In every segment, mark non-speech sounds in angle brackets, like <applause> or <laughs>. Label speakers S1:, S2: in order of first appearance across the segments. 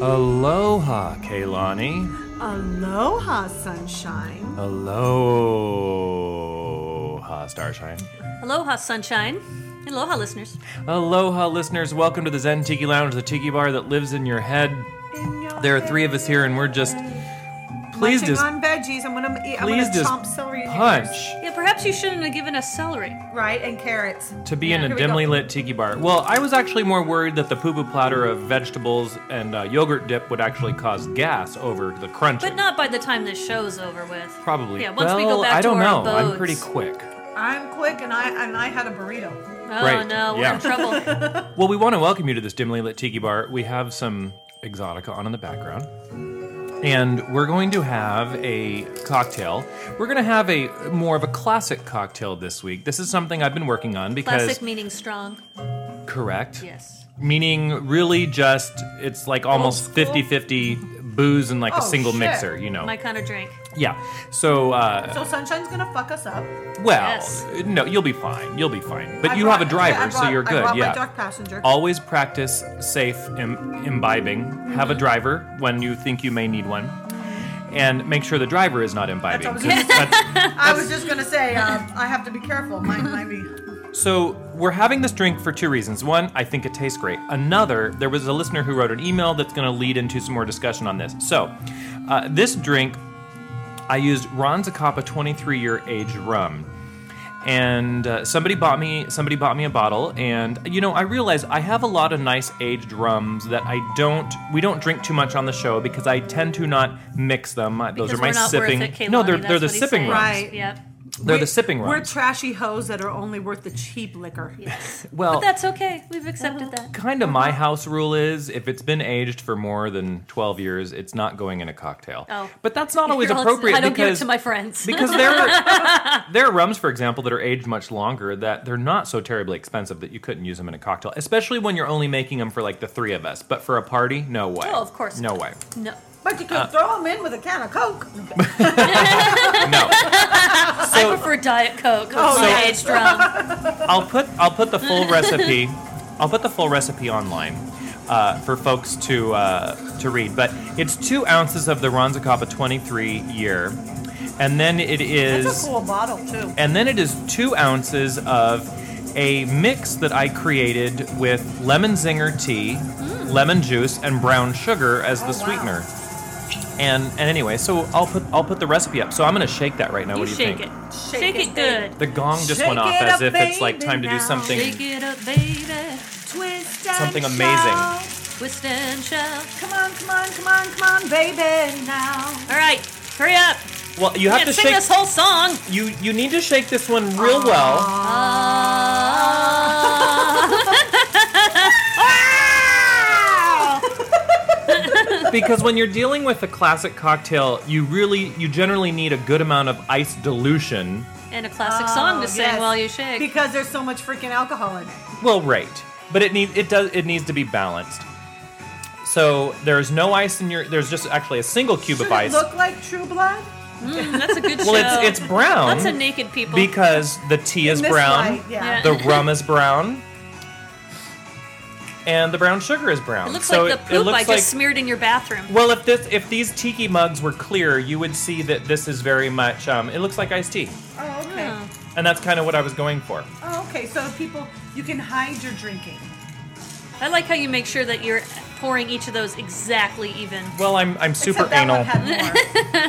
S1: Aloha, Kaylani.
S2: Aloha, sunshine.
S1: Aloha, Starshine.
S3: Aloha, sunshine. Aloha, listeners.
S1: Aloha, listeners. Welcome to the Zen Tiki Lounge, the tiki bar that lives in your head. There are three of us here, and we're just pleased
S2: Munching
S1: as
S2: on veggies. I'm gonna eat. I'm
S1: pleased
S2: gonna
S1: as
S2: chomp celery. and
S1: punch
S3: Yeah, perhaps you shouldn't have given us celery.
S2: onions, Right and carrots.
S1: to be in
S2: Here
S1: a
S2: we go.
S1: dimly lit tiki bar. Well, I was actually more worried that the poo poo platter of vegetables and uh, yogurt dip would actually cause gas over the crunching.
S3: But not by the time this show's over with.
S1: Probably.
S3: Yeah, once we
S1: Well,
S3: go back
S1: I don't
S3: to our
S1: know.
S3: abodes.
S1: I'm pretty quick.
S2: I'm quick, and I and I had a burrito.
S3: Oh,
S1: Right,
S3: no, we're
S1: yeah. <laughs>
S3: in trouble.
S1: Well, we want to welcome you to this dimly lit tiki bar. We have some exotica on in the background. And we're going to have a cocktail. We're going to have a more of a classic cocktail this week. This is something I've been working on because
S3: Classic meaning strong.
S1: correct.
S3: Yes.
S1: Meaning really just it's like almost
S2: school?
S1: 50/50 booze and like a
S2: Oh,
S1: single
S2: shit.
S1: mixer, you know.
S3: My kind of drink.
S1: yeah. So uh
S2: So sunshine's gonna fuck us up.
S1: well,
S3: Yes.
S1: no, you'll be fine. You'll be fine. But
S2: I
S1: you
S2: brought-
S1: have a driver,
S2: I brought-
S1: so you're good.
S2: I brought
S1: yeah.
S2: my dark passenger.
S1: Always practice safe Im- imbibing. Have
S2: Mm-hmm.
S1: a driver when you think you may need one. And make sure the driver is not imbibing.
S2: That's what I was
S1: 'cause that's-
S2: I was just gonna say um, I have to be careful. Mine might be.
S1: so we're having this drink for two reasons. One, I think it tastes great. Another, there was a listener who wrote an email that's going to lead into some more discussion on this. So uh, this drink, I used Ron Zacapa 23 year aged rum. and uh, somebody bought me somebody bought me a bottle and you know i realize i have a lot of nice aged rums that i don't we don't drink too much on the show because i tend to not mix them I- those
S3: Because
S1: are my
S3: we're not
S1: sipping
S3: Worth it,
S1: no
S3: Kehlani,
S1: they're, they're
S3: that's
S1: the
S3: what he's
S1: sipping
S3: saying.
S1: rums
S2: Right.
S3: Yep.
S1: they're
S2: We-
S1: the sipping
S2: We're
S1: rums
S2: trashy hoes that are only worth the cheap liquor.
S1: well
S3: But that's okay. We've
S2: Oh.
S3: accepted that.
S1: kind of my house rule is if it's been aged for more than 12 years it's not going in a cocktail
S3: Oh.
S1: but that's not always
S3: Well, it's-
S1: appropriate
S3: I don't
S1: because
S3: give it to my
S1: <laughs>
S3: friends.
S1: because there are, there are rums, for example, that are aged much longer that they're not so terribly expensive that you couldn't use them in a cocktail, especially when you're only making them for like the three of us. But for a party, no way.
S3: Oh, of course.
S1: No way.
S3: no.
S2: But you can
S1: Uh,
S2: throw them in with a can of Coke.
S1: No.
S3: <laughs> I
S1: so Oh,
S3: prefer Diet Coke over
S2: yeah.
S3: aged rum.
S1: I'll put I'll put the full recipe. I'll put the full recipe online. Uh, for folks to uh, to read, but it's two ounces of the Ronzacapa 23 year, and then it is
S2: That's a cool bottle too.
S1: and then it is two ounces of a mix that I created with lemon zinger tea, lemon juice, and brown sugar as the
S2: Mm. Oh, wow.
S1: sweetener. And and anyway, so I'll put I'll put the recipe up. So I'm gonna shake that right now.
S3: You
S1: what do you
S3: shake
S1: think?
S3: it.
S2: Shake
S3: Shake,
S2: it,
S3: it
S2: babe.
S3: good.
S1: The gong just
S2: Shake
S1: went off
S2: it
S1: as
S2: up,
S1: if it's like
S2: baby,
S1: time to do
S2: now.
S1: something.
S3: Shake it up, baby.
S2: Twist and
S1: Something amazing.
S2: shout.
S3: Twist and shout.
S2: Come on, come on, come on, come on, baby now.
S3: All right, hurry up.
S1: Well, you have
S3: Can't
S1: to
S3: sing
S1: shake
S3: this whole song.
S1: you you need to shake this one real well.
S2: Ah!
S1: because when you're dealing with a classic cocktail, you really you generally need a good amount of ice dilution.
S3: <laughs> and a classic song to sing
S2: Oh, yes.
S3: while you shake.
S2: Because there's so much freaking alcohol in it.
S1: Well, right, but it needs it does it needs to be balanced. So there's no ice in your. There's just actually a single cube
S2: Should
S1: of ice.
S2: it look like True Blood?
S3: Mm, that's a good show.
S1: well, it's it's brown
S3: Lots of naked people.
S1: because the tea is
S2: This
S1: brown,
S2: light, yeah.
S3: Yeah.
S1: the rum is brown, and the brown sugar is brown.
S3: it looks
S1: so
S3: like
S1: it-
S3: the
S1: it
S3: poop
S1: looks
S3: I just
S1: like-
S3: smeared in your bathroom.
S1: Well, if this if these tiki mugs were clear, you would see that this is very much. Um, it looks like iced tea,
S2: Oh, okay.
S3: Oh.
S1: and that's kind of what I was going for.
S2: Oh, okay. So people, you can hide your drinking.
S3: I like how you make sure that you're pouring each of those exactly even.
S1: Well, I'm I'm super
S2: Except that
S1: anal.
S2: One had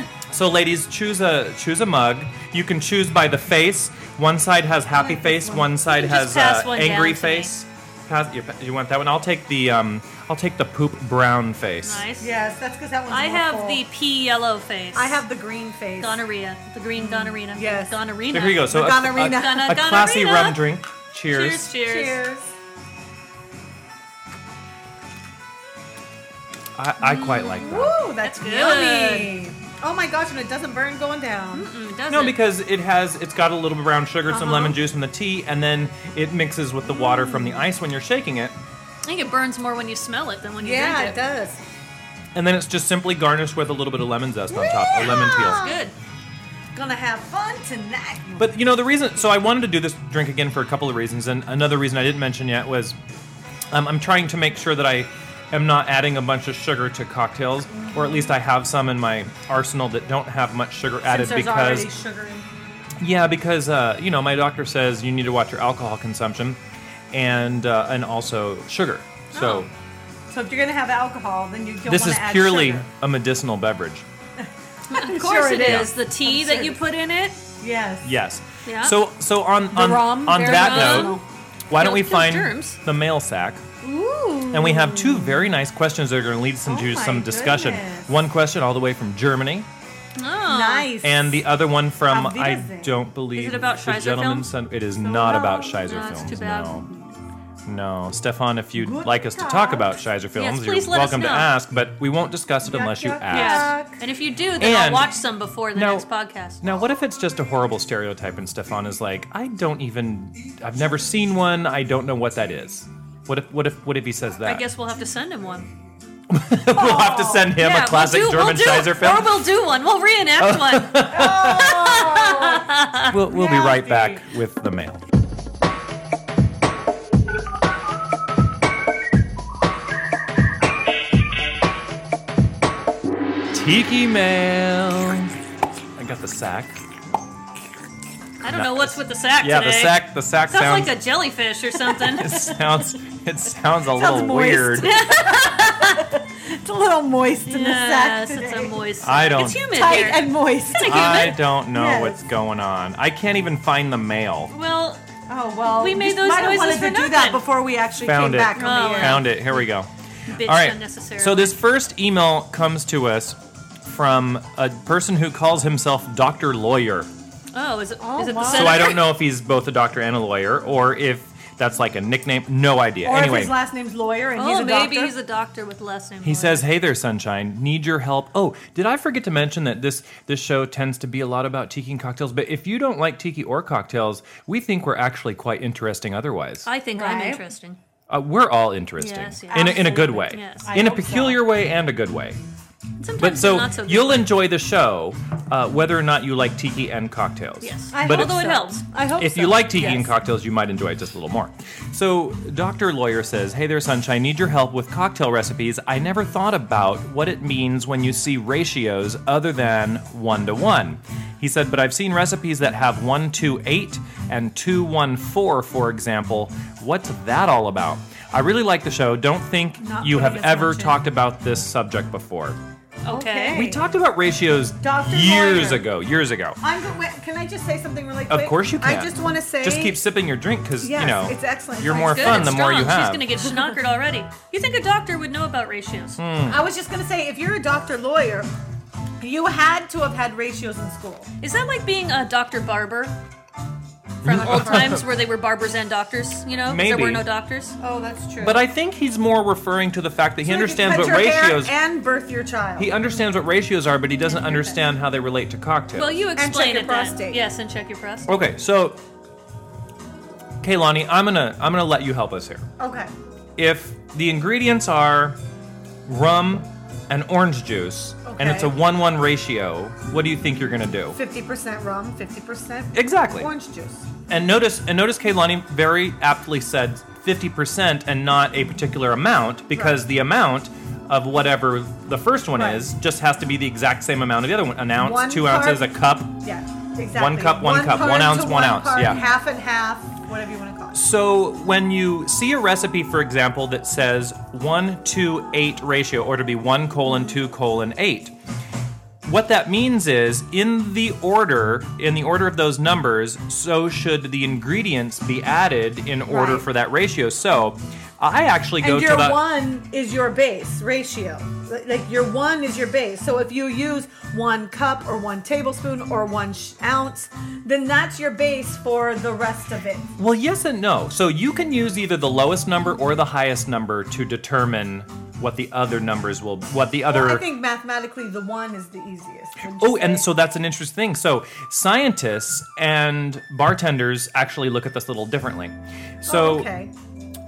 S3: <laughs>
S2: more.
S1: So, ladies, choose a choose a mug. You can choose by the face. One side has happy
S2: like this
S1: face.
S2: one.
S1: One side
S3: You can
S1: has
S3: just pass
S1: uh,
S3: one
S1: angry
S3: down to me.
S1: face. Pass, you, you want that one? I'll take the um. I'll take the poop brown face.
S3: Nice.
S2: yes, that's because that one's
S3: I
S2: more
S3: have
S2: full.
S3: the pea yellow face.
S2: I have the green face.
S3: gonorrhea, the green gonorrhea.
S2: Yes.
S3: Gonorrhea.
S1: So here you go. So a,
S2: Gonorrhea.
S1: a,
S3: Gonna-
S1: a classy
S3: gonorrhea.
S1: rum drink.
S3: Cheers, cheers.
S2: Cheers.
S1: I, I quite like that.
S2: Woo, that's,
S3: That's good.
S2: yummy. Oh my gosh, and it doesn't burn going down.
S3: Mm, does
S1: No,
S3: it?
S1: because it has it's got a little bit brown sugar, some
S2: Uh-huh.
S1: lemon juice from the tea, and then it mixes with the water from the ice when you're shaking it,
S3: I think it burns more when you smell it than when you
S2: Yeah,
S3: drink
S2: it
S3: it.
S2: does.
S1: and then it's just simply garnished with a little bit of lemon zest on top, or lemon peel.
S3: Good.
S2: Gonna have fun tonight.
S1: But you know the reason. So I wanted to do this drink again for a couple of reasons, and another reason I didn't mention yet was um, I'm trying to make sure that I am not adding a bunch of sugar to cocktails, or at least I have some in my arsenal that don't have much sugar added
S2: Since there's
S1: because
S2: already sugar in.
S1: yeah, because uh, you know my doctor says you need to watch your alcohol consumption, and uh, and also sugar. So
S2: So if you're gonna have alcohol, then you don't.
S1: this
S2: Oh, wanna
S1: is
S2: add
S1: purely
S2: sugar.
S1: a medicinal beverage.
S3: Of
S2: Sure
S3: course it
S2: it
S3: is. The tea that you put in it.
S2: Yes.
S1: Yes.
S3: Yeah.
S1: So so on on,
S3: rum,
S1: on
S3: very
S1: that
S3: well.
S2: Oh,
S1: note, why don't we
S3: Kills- kills
S1: find
S3: germs.
S1: the mail sack?
S3: Oh.
S2: Ooh.
S1: And we have two very nice questions that are going to lead us
S2: Oh
S1: into
S2: my
S1: some discussion.
S2: goodness.
S1: One question all the way from Germany,
S3: Oh.
S2: Nice.
S1: and the other one from
S2: Auf
S1: I
S2: Wiedersehen.
S1: don't believe
S3: Is it about
S1: the
S3: Scheiser
S1: gentleman
S3: films?
S1: sent- It is not about
S2: no,
S1: Scheiser
S3: that's
S1: films.
S3: too bad.
S1: No. No, Stefan, if you'd
S2: Good
S1: like us to
S2: God.
S1: talk about Scheiser films,
S3: please
S1: you're
S3: let us
S1: welcome to
S3: know.
S1: ask, but we won't discuss it
S2: Yuck,
S1: unless you
S2: yuck,
S1: ask.
S3: Yes.
S2: Yuck.
S3: And if you do, then I'll
S1: And-
S3: watch some before the
S1: No.
S3: next podcast.
S1: Now, what if it's just a horrible stereotype and Stefan is like, I don't even, I've never seen one, I don't know what that is? What if, what if, what if he says that?
S3: I guess we'll have to send him one.
S1: <laughs> we'll have to send him a classic
S3: we'll do,
S1: German
S3: we'll do,
S1: Scheiser
S3: Or
S1: film.
S3: we'll do one. We'll
S1: <laughs>
S3: reenact one.
S2: Oh.
S1: We'll, we'll be right
S2: Reality.
S1: back with the mail. Tiki mail. I got the sack.
S3: I don't know what's with the sack
S1: Yeah,
S3: today.
S1: the sack. The sack
S3: Sounds,
S1: sounds.
S3: like a jellyfish
S1: <laughs>
S3: or something.
S1: it sounds. It
S2: <laughs>
S1: sounds a little
S2: moist.
S1: weird.
S2: It's a little moist in the sack
S3: yes,
S2: today.
S3: it's a moist.
S1: I don't-
S3: It's humid
S2: Tight
S3: here.
S2: and
S3: <laughs>
S2: moist.
S3: Kinda
S1: I
S3: humid.
S1: don't know
S2: Yes.
S1: what's going on. I can't even find the mail.
S3: Well,
S2: Oh well.
S3: We made
S2: you
S3: those
S2: might have
S3: noises
S2: wanted
S3: for
S2: to do that
S3: nothing.
S2: before we actually
S1: Found
S2: came
S1: it.
S2: back from
S3: Oh,
S2: the air.
S1: Found it. Here we go.
S3: bitch
S1: All right.
S3: unnecessary.
S1: So this first email comes to us from a person who calls himself Doctor Lawyer.
S3: oh, is it?
S2: Oh,
S3: is it the
S2: wow.
S1: So I
S3: senator?
S1: don't know if he's both a doctor and a lawyer, or if that's like a nickname. No idea.
S2: Or if
S1: anyway,
S2: his last name's lawyer and
S3: Oh,
S2: he's a
S3: maybe
S2: doctor.
S3: he's a doctor with last name.
S1: he
S3: Lloyd.
S1: says, "Hey there, sunshine. Need your help." Oh, did I forget to mention that this this show tends to be a lot about tiki and cocktails? But if you don't like tiki or cocktails, we think we're actually quite interesting. Otherwise,
S3: "I think I'm
S2: Right.
S3: interesting."
S1: uh, we're all interesting
S3: Yes, yes.
S1: in a, in a good way,
S3: Absolutely, yes.
S2: I
S1: in a
S2: hope so.
S1: peculiar way and a good way.
S3: Sometimes
S1: But
S3: they're
S1: so,
S3: not so good.
S1: you'll enjoy the show, uh, whether or not you like tiki and cocktails.
S3: Yes.
S2: I
S1: but
S2: hope
S1: if,
S3: Although it
S2: so.
S3: helps.
S2: I hope
S1: if
S2: so.
S1: you like tiki and
S2: Yes.
S1: cocktails, you might enjoy it just a little more. So, Doctor Lawyer says, "Hey there, sunshine. Need your help with cocktail recipes. I never thought about what it means when you see ratios other than one to one." He said, "But I've seen recipes that have one to eight and two one four, for example. What's that all about?" I really like the show. Don't think
S2: Not
S1: you
S2: putting
S1: have
S2: as
S1: ever
S2: much in.
S1: talked about this subject before.
S3: Okay.
S1: We talked about ratios
S2: Dr.
S1: years
S2: Lawyer.
S1: ago. Years ago.
S2: I'm go- wait, can I just say something really
S1: Of
S2: quick?
S1: course you can.
S2: I just want to say.
S1: Just keep sipping your drink because you
S2: Yes,
S1: know
S2: it's excellent.
S1: You're
S2: It's
S1: more
S2: good.
S1: fun
S3: It's
S1: the more you
S3: strong.
S1: have.
S3: She's gonna get schnockered already. You think a doctor would know about ratios?
S1: Hmm.
S2: I was just gonna say, if you're a doctor lawyer, you had to have had ratios in school.
S3: Is that like being a doctor barber from old
S1: <laughs>
S3: times where they were barbers and doctors? You know, 'cause there
S1: Hmm. Maybe.
S3: were no doctors.
S2: Oh, that's true.
S1: but I think he's more referring to the fact that he
S2: You could
S1: understands
S2: cut
S1: what
S2: your hair
S1: ratios.
S2: and birth your child.
S1: He understands what ratios are, but he doesn't understand how they relate to cocktails.
S3: Well, you
S2: check
S3: explain
S2: your
S3: it then.
S2: prostate.
S3: Yes, and check your prostate.
S1: okay, so Kaylani, I'm gonna I'm gonna let you help us here.
S2: okay.
S1: If the ingredients are rum and orange juice, and it's a
S2: Okay.
S1: one-one ratio, what do you think you're gonna do?
S2: 50% rum, 50%
S1: Exactly.
S2: orange juice.
S1: And notice, and notice, Kaylani very aptly said fifty percent and not a particular amount because
S2: Right.
S1: the amount of whatever the first one
S2: Right.
S1: is just has to be the exact same amount of the other one. An ounce,
S2: One
S1: two
S2: part-
S1: ounces, a cup.
S2: Yeah, exactly.
S1: cup, one cup,
S2: part
S1: one ounce,
S2: to
S1: one ounce,
S2: part,
S1: yeah.
S2: Half and half, whatever you want to call it.
S1: So when you see a recipe, for example, that says one two eight ratio, or to be one colon two colon eight. What that means is, in the order, in the order of those numbers, so should the ingredients be added in order
S2: Right.
S1: for that ratio. So, I actually go
S2: And
S1: to
S2: your
S1: the
S2: one is your base ratio. Like like your one is your base. So if you use one cup or one tablespoon or one sh- ounce, then that's your base for the rest of it.
S1: Well, yes and no. So you can use either the lowest number or the highest number to determine what the other numbers will, what the other.
S2: I think mathematically the one is the easiest. wouldn't you
S1: oh, and
S2: say?
S1: so that's an interesting thing. So scientists and bartenders actually look at this a little differently. So,
S2: Oh, okay.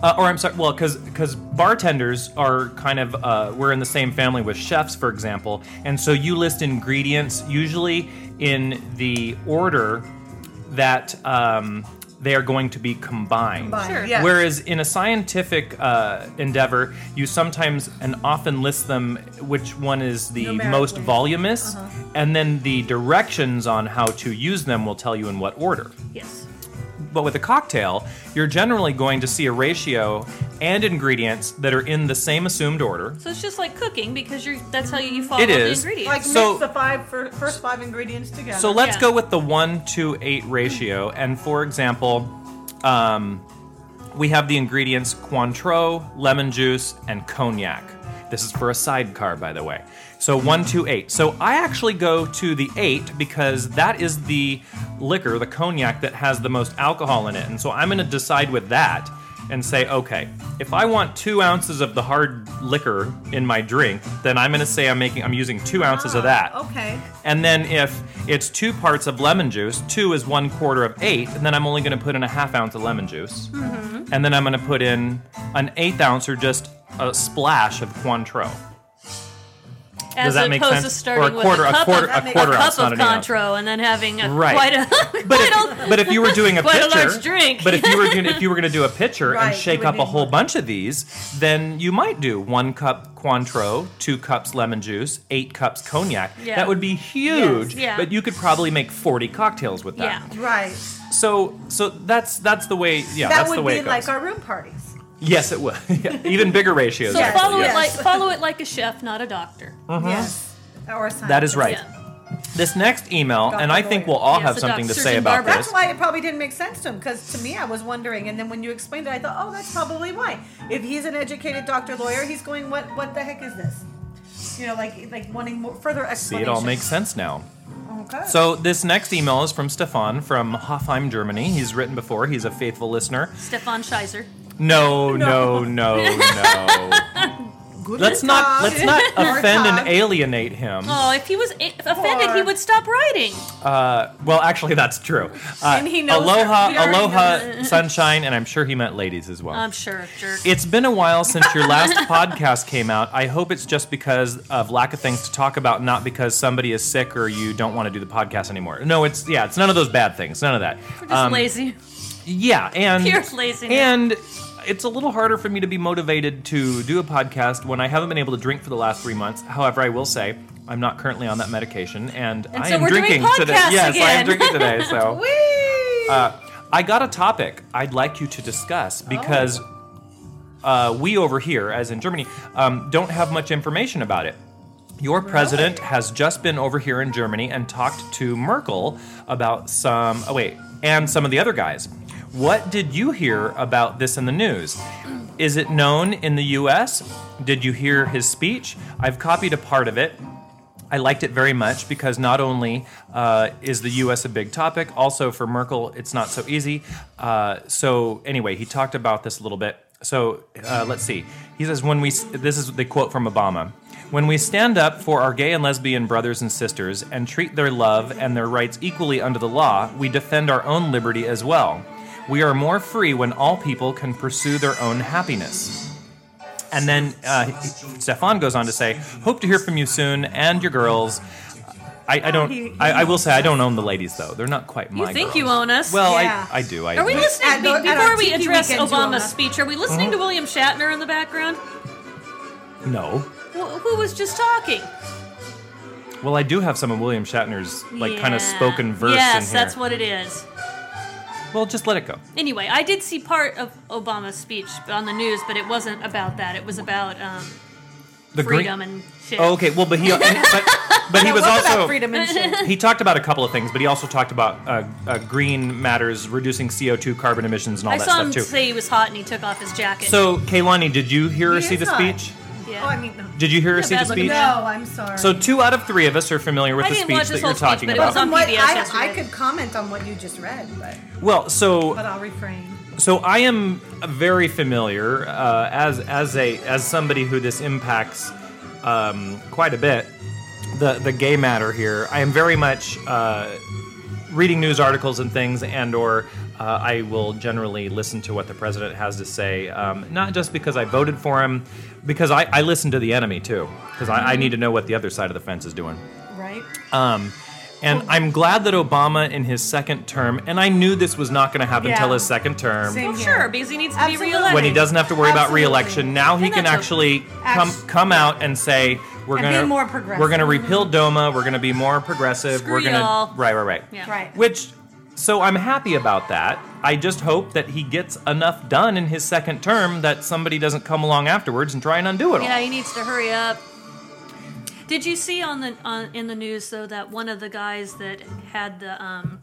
S1: uh, or I'm sorry, well, because because bartenders are kind of uh, we're in the same family with chefs, for example, and so you list ingredients usually in the order that um, they are going to be combined.
S2: Combined,
S3: Sure.
S2: yes.
S1: Whereas in a scientific uh, endeavor, you sometimes and often list them which one is the most
S2: Numerically.
S1: voluminous, and then the directions on how to use them will tell you in what order.
S3: Yes.
S1: But with a cocktail, you're generally going to see a ratio and ingredients that are in the same assumed order.
S3: So it's just like cooking because you're that's how you follow
S1: It
S3: up the
S1: is.
S3: ingredients.
S2: like
S1: So-
S2: mix the five fir- first five ingredients together.
S1: So let's
S3: Yeah.
S1: go with the one to eight ratio. And for example, um, we have the ingredients Cointreau, lemon juice, and cognac. This is for a sidecar, by the way. So one to eight. So I actually go to the eight because that is the liquor, the cognac, that has the most alcohol in it. And so I'm going to decide with that and say, okay, if I want two ounces of the hard liquor in my drink, then I'm going to say I'm making, I'm using two ounces of that.
S2: Ah, Okay.
S1: And then if it's two parts of lemon juice, two is one quarter of eight, and then I'm only going to put in a half ounce of lemon juice.
S3: Mm-hmm.
S1: And then I'm going to put in an eighth ounce or just a splash of Cointreau.
S3: As
S1: does that
S3: opposed
S1: make
S3: to
S1: sense?
S3: starting
S1: Or a quarter-
S3: with
S1: a
S3: a cup
S1: quarter-
S3: of,
S1: a quarter
S3: cup
S1: ounce, not
S3: of
S1: an ounce.
S3: Contro, and then having a
S1: Right.
S3: quite <laughs> a
S1: But
S3: quite a-
S1: if, <laughs> but if you were doing a
S3: <laughs> Quite a
S1: pitcher,
S3: large drink.
S1: but if you were
S3: <laughs>
S1: doing, if you were going to do a pitcher
S2: Right,
S1: and
S2: you
S1: shake
S2: would
S1: up a
S2: need
S1: whole
S2: more.
S1: bunch of these, then you might do one cup Cointreau, two cups lemon juice, eight cups cognac.
S3: Yeah.
S1: That would be huge.
S3: yeah.
S1: But you could probably make forty cocktails with that.
S3: yeah.
S2: Right.
S1: So so that's that's the way. Yeah,
S2: that
S1: that's
S2: would
S1: the way
S2: be
S1: it goes.
S2: like our room parties.
S1: Yes, it will. <laughs> Yeah, Even bigger ratios.
S3: So
S1: actually,
S3: follow
S1: yes.
S3: it like follow it like a chef, not a doctor.
S2: Yes. Or a science.
S1: Mm-hmm. That is right.
S3: Yeah.
S1: This next email,
S2: Dr.
S1: and I think we'll
S2: Lawyer.
S1: all
S3: Yeah,
S1: have
S3: so
S1: something to
S3: Dr.
S1: say
S3: Susan
S1: about
S3: Barber.
S1: this.
S2: That's why it probably didn't make sense to him, because to me, I was wondering, and then when you explained it, I thought, oh, that's probably why. If he's an educated doctor lawyer, he's going, what, what the heck is this? You know, like, like wanting more, further
S1: See,
S2: explanation.
S1: it all makes sense now.
S2: Okay.
S1: So this next email is from Stefan from Hoffheim, Germany. He's written before. He's a faithful listener.
S3: Stefan Scheiser.
S1: No, no, no, no.
S2: <laughs> Guten
S1: let's not
S2: Tag.
S1: let's
S2: <laughs>
S1: not
S2: Hard
S1: offend and
S2: time.
S1: alienate him.
S3: Oh, if he was i- offended, he
S2: Poor.
S3: would stop writing.
S1: Uh, well, actually, that's true. Uh,
S2: And he knows
S1: aloha,
S2: her. He already Um,
S1: aloha, sunshine, and I'm sure he meant ladies as well.
S3: I'm sure, jerk.
S1: It's been a while since your last <laughs> podcast came out. I hope it's just because of lack of things to talk about, not because somebody is sick or you don't want to do the podcast anymore. No, it's yeah, it's none of those bad things. None of that.
S3: We're just
S1: Um,
S3: lazy.
S1: Yeah, and
S3: Pure laziness.
S1: And it's a little harder for me to be motivated to do a podcast when I haven't been able to drink for the last three months. However, I will say I'm not currently on that medication, and, I
S3: so
S1: am
S3: we're doing
S1: drinking today.
S3: podcasts
S1: Yes, I am
S3: again.
S1: drinking today.
S3: <laughs>
S1: So.
S2: Whee!
S1: Uh, I got a topic I'd like you to discuss because uh, we over here, as in Germany, um, don't have much information about it. Your president has just been over here in Germany and talked to Merkel about some. Oh, wait, and some of the other guys. What did you hear about this in the news? Is it known in the US? Did you hear his speech? I've copied a part of it. I liked it very much because not only uh, is the U.S. a big topic, also for Merkel, it's not so easy. Uh, so anyway, he talked about this a little bit. So uh, let's see. He says, "When we this is the quote from Obama." When we stand up for our gay and lesbian brothers and sisters and treat their love and their rights equally under the law, we defend our own liberty as well. We are more free when all people can pursue their own happiness. And then uh, Stefan goes on to say, "Hope to hear from you soon, and your girls." I, I
S2: Oh, He-
S1: don't. I, I will say I don't own the ladies though. They're not quite my.
S3: You think
S1: girls.
S3: you own us?
S1: Well,
S2: Yeah.
S1: I, I do. I
S3: Are we
S1: admit.
S3: listening
S2: At
S3: be-
S2: the- at our
S3: before we
S2: TV
S3: address
S2: weekends, you own
S3: Obama's
S2: us.
S3: speech? Are we listening
S1: Mm-hmm.
S3: to William Shatner in the background?
S1: No.
S3: Wh- who was just talking?
S1: Well, I do have some of William Shatner's like kind
S3: Yeah.
S1: of spoken verse
S3: Yes,
S1: in here.
S3: that's what it is.
S1: Well, just let it go.
S3: Anyway, I did see part of Obama's speech on the news, but it wasn't about that. It was about um,
S1: The
S3: freedom and shit.
S1: Oh, okay. Well, but
S3: <laughs>
S1: he. but, but he
S2: Now,
S1: was
S2: what about
S1: also.
S2: freedom and shit?
S1: He talked about a couple of things, but he also talked about uh, uh, green matters, reducing CO2, carbon emissions, and all
S3: I
S1: that
S3: saw
S1: stuff
S3: him
S1: too.
S3: say he was hot and he took off his jacket.
S1: so, Kaylani, did you hear or
S2: He
S1: see
S2: is
S1: the
S2: hot.
S1: speech?
S3: yeah.
S2: Oh, I mean, no.
S1: Did you hear or
S3: Yeah,
S1: see the
S3: bad looking
S1: speech?
S3: man.
S2: No, I'm sorry.
S1: So two out of three of us are familiar with
S3: I
S1: the
S3: didn't
S1: speech
S3: watch
S1: that
S3: this
S1: you're
S3: whole speech,
S1: talking
S3: but it
S1: about.
S3: was
S2: From
S3: on
S2: what
S3: PBS
S2: I,
S3: yesterday.
S2: I could comment on what you just read, but,
S1: well, so
S2: but I'll refrain.
S1: so I am very familiar uh, as as a as somebody who this impacts um, quite a bit. The the gay matter here. I am very much uh, reading news articles and things, and or uh, I will generally listen to what the president has to say. Um, not just because I voted for him, because I, I
S3: Mm-hmm.
S1: listen to the enemy too, because I, I need to know what the other side of the fence is doing.
S2: Right?
S1: Um, And I'm glad that Obama in his second term, and I knew this was not going to happen
S2: Yeah.
S1: until his second term.
S2: Same.
S3: Well,
S2: here.
S3: sure, because he needs to
S2: Absolutely.
S3: be reelected.
S1: When he doesn't have to worry about
S2: Absolutely.
S1: reelection, now he
S3: And
S1: can
S3: that's a-
S1: actually come
S2: Act-
S1: come out and say we're
S2: And
S1: going
S2: be
S1: to
S2: more progressive.
S1: we're going to repeal DOMA, we're going to be more progressive,
S3: Screw
S1: we're going
S3: y'all.
S1: to right, right, right.
S3: Yeah.
S2: Right.
S1: Which, so I'm happy about that. I just hope that he gets enough done in his second term that somebody doesn't come along afterwards and try and undo it all.
S3: Yeah, he needs to hurry up. Did you see on the on, in the news though that one of the guys that had the um,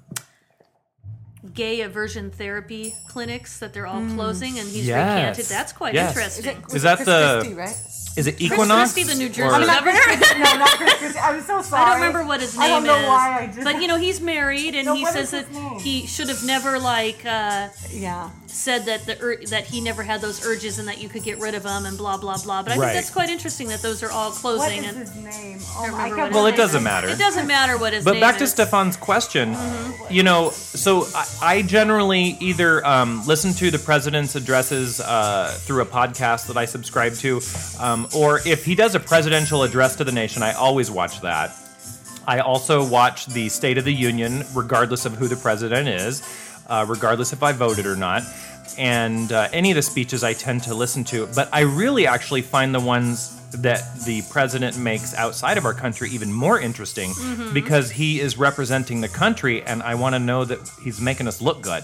S3: gay aversion therapy clinics that they're
S4: Hmm,
S3: all closing and he's
S1: Yes.
S3: recanted? That's quite
S1: Yes.
S3: interesting.
S1: Is that
S4: Chris
S1: the-
S4: Christie, right?
S1: Is it Equinox?
S3: Christie, the New
S1: or-
S3: Jersey-
S4: I'm not Chris
S3: Governor?
S4: Christie. No, not Chris Christie. I'm so sorry.
S3: <laughs> I don't remember what his name
S4: I don't know
S3: is,
S4: why I just.
S3: but you know he's married, and
S4: No,
S3: he
S4: what
S3: says
S4: is his
S3: that
S4: name?
S3: he should have never like uh,
S4: yeah.
S3: said that the ur- that he never had those urges and that you could get rid of them and blah blah blah. But I
S1: Right.
S3: think that's quite interesting that those are all
S4: What
S3: closing.
S4: is
S3: and
S4: his name? Oh,
S3: remember
S4: I
S3: what
S4: can't
S3: his
S1: well, it
S4: remember.
S1: doesn't matter.
S3: It doesn't matter what his
S1: But
S3: name
S1: back to
S3: is. Mm-hmm.
S1: Stefan's question, you know, so I, I generally either um, listen to the president's addresses uh, through a podcast that I subscribe to, um, or if he does a presidential address to the nation, I always watch that. I also watch the State of the Union, regardless of who the president is, uh, regardless if I voted or not, and uh, any of the speeches I tend to listen to. But I really actually find the ones that the president makes outside of our country even more interesting because he is representing the country, and I want to know that he's making us look good.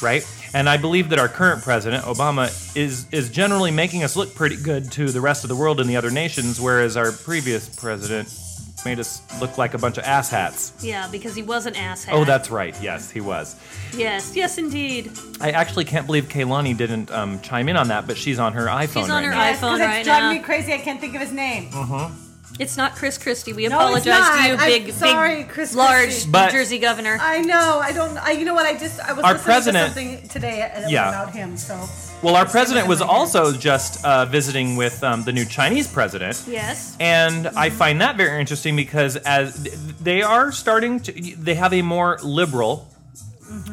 S1: Right, and I believe that our current president Obama is is generally making us look pretty good to the rest of the world and the other nations, whereas our previous president made us look like a bunch of asshats.
S3: Yeah, because he was an asshat.
S1: Oh, that's right. Yes, he was.
S3: yes, yes, indeed.
S1: I actually can't believe Kaylani didn't um, chime in on that, but she's on her iPhone
S3: She's
S1: right
S3: on her
S1: now.
S4: Yes, 'cause
S3: iPhone
S4: it's
S3: right
S4: driving
S3: now.
S4: me crazy. I can't think of his name.
S1: Mm-hmm.
S3: It's not Chris Christie. We
S2: No,
S3: apologize
S2: it's
S3: to
S2: not.
S3: you,
S2: I'm
S3: big,
S2: sorry,
S3: big,
S2: Chris
S3: large
S2: Christie.
S1: But-
S3: New Jersey governor.
S2: I know. I don't. I, you know what? I just I was
S1: Our
S2: listening
S1: president-
S2: to something today uh,
S1: Yeah.
S2: about him. So
S1: Well, our president was also just uh, visiting with um, the new Chinese president.
S3: yes.
S1: And I find that very interesting because as th- they are starting to, they have a more liberal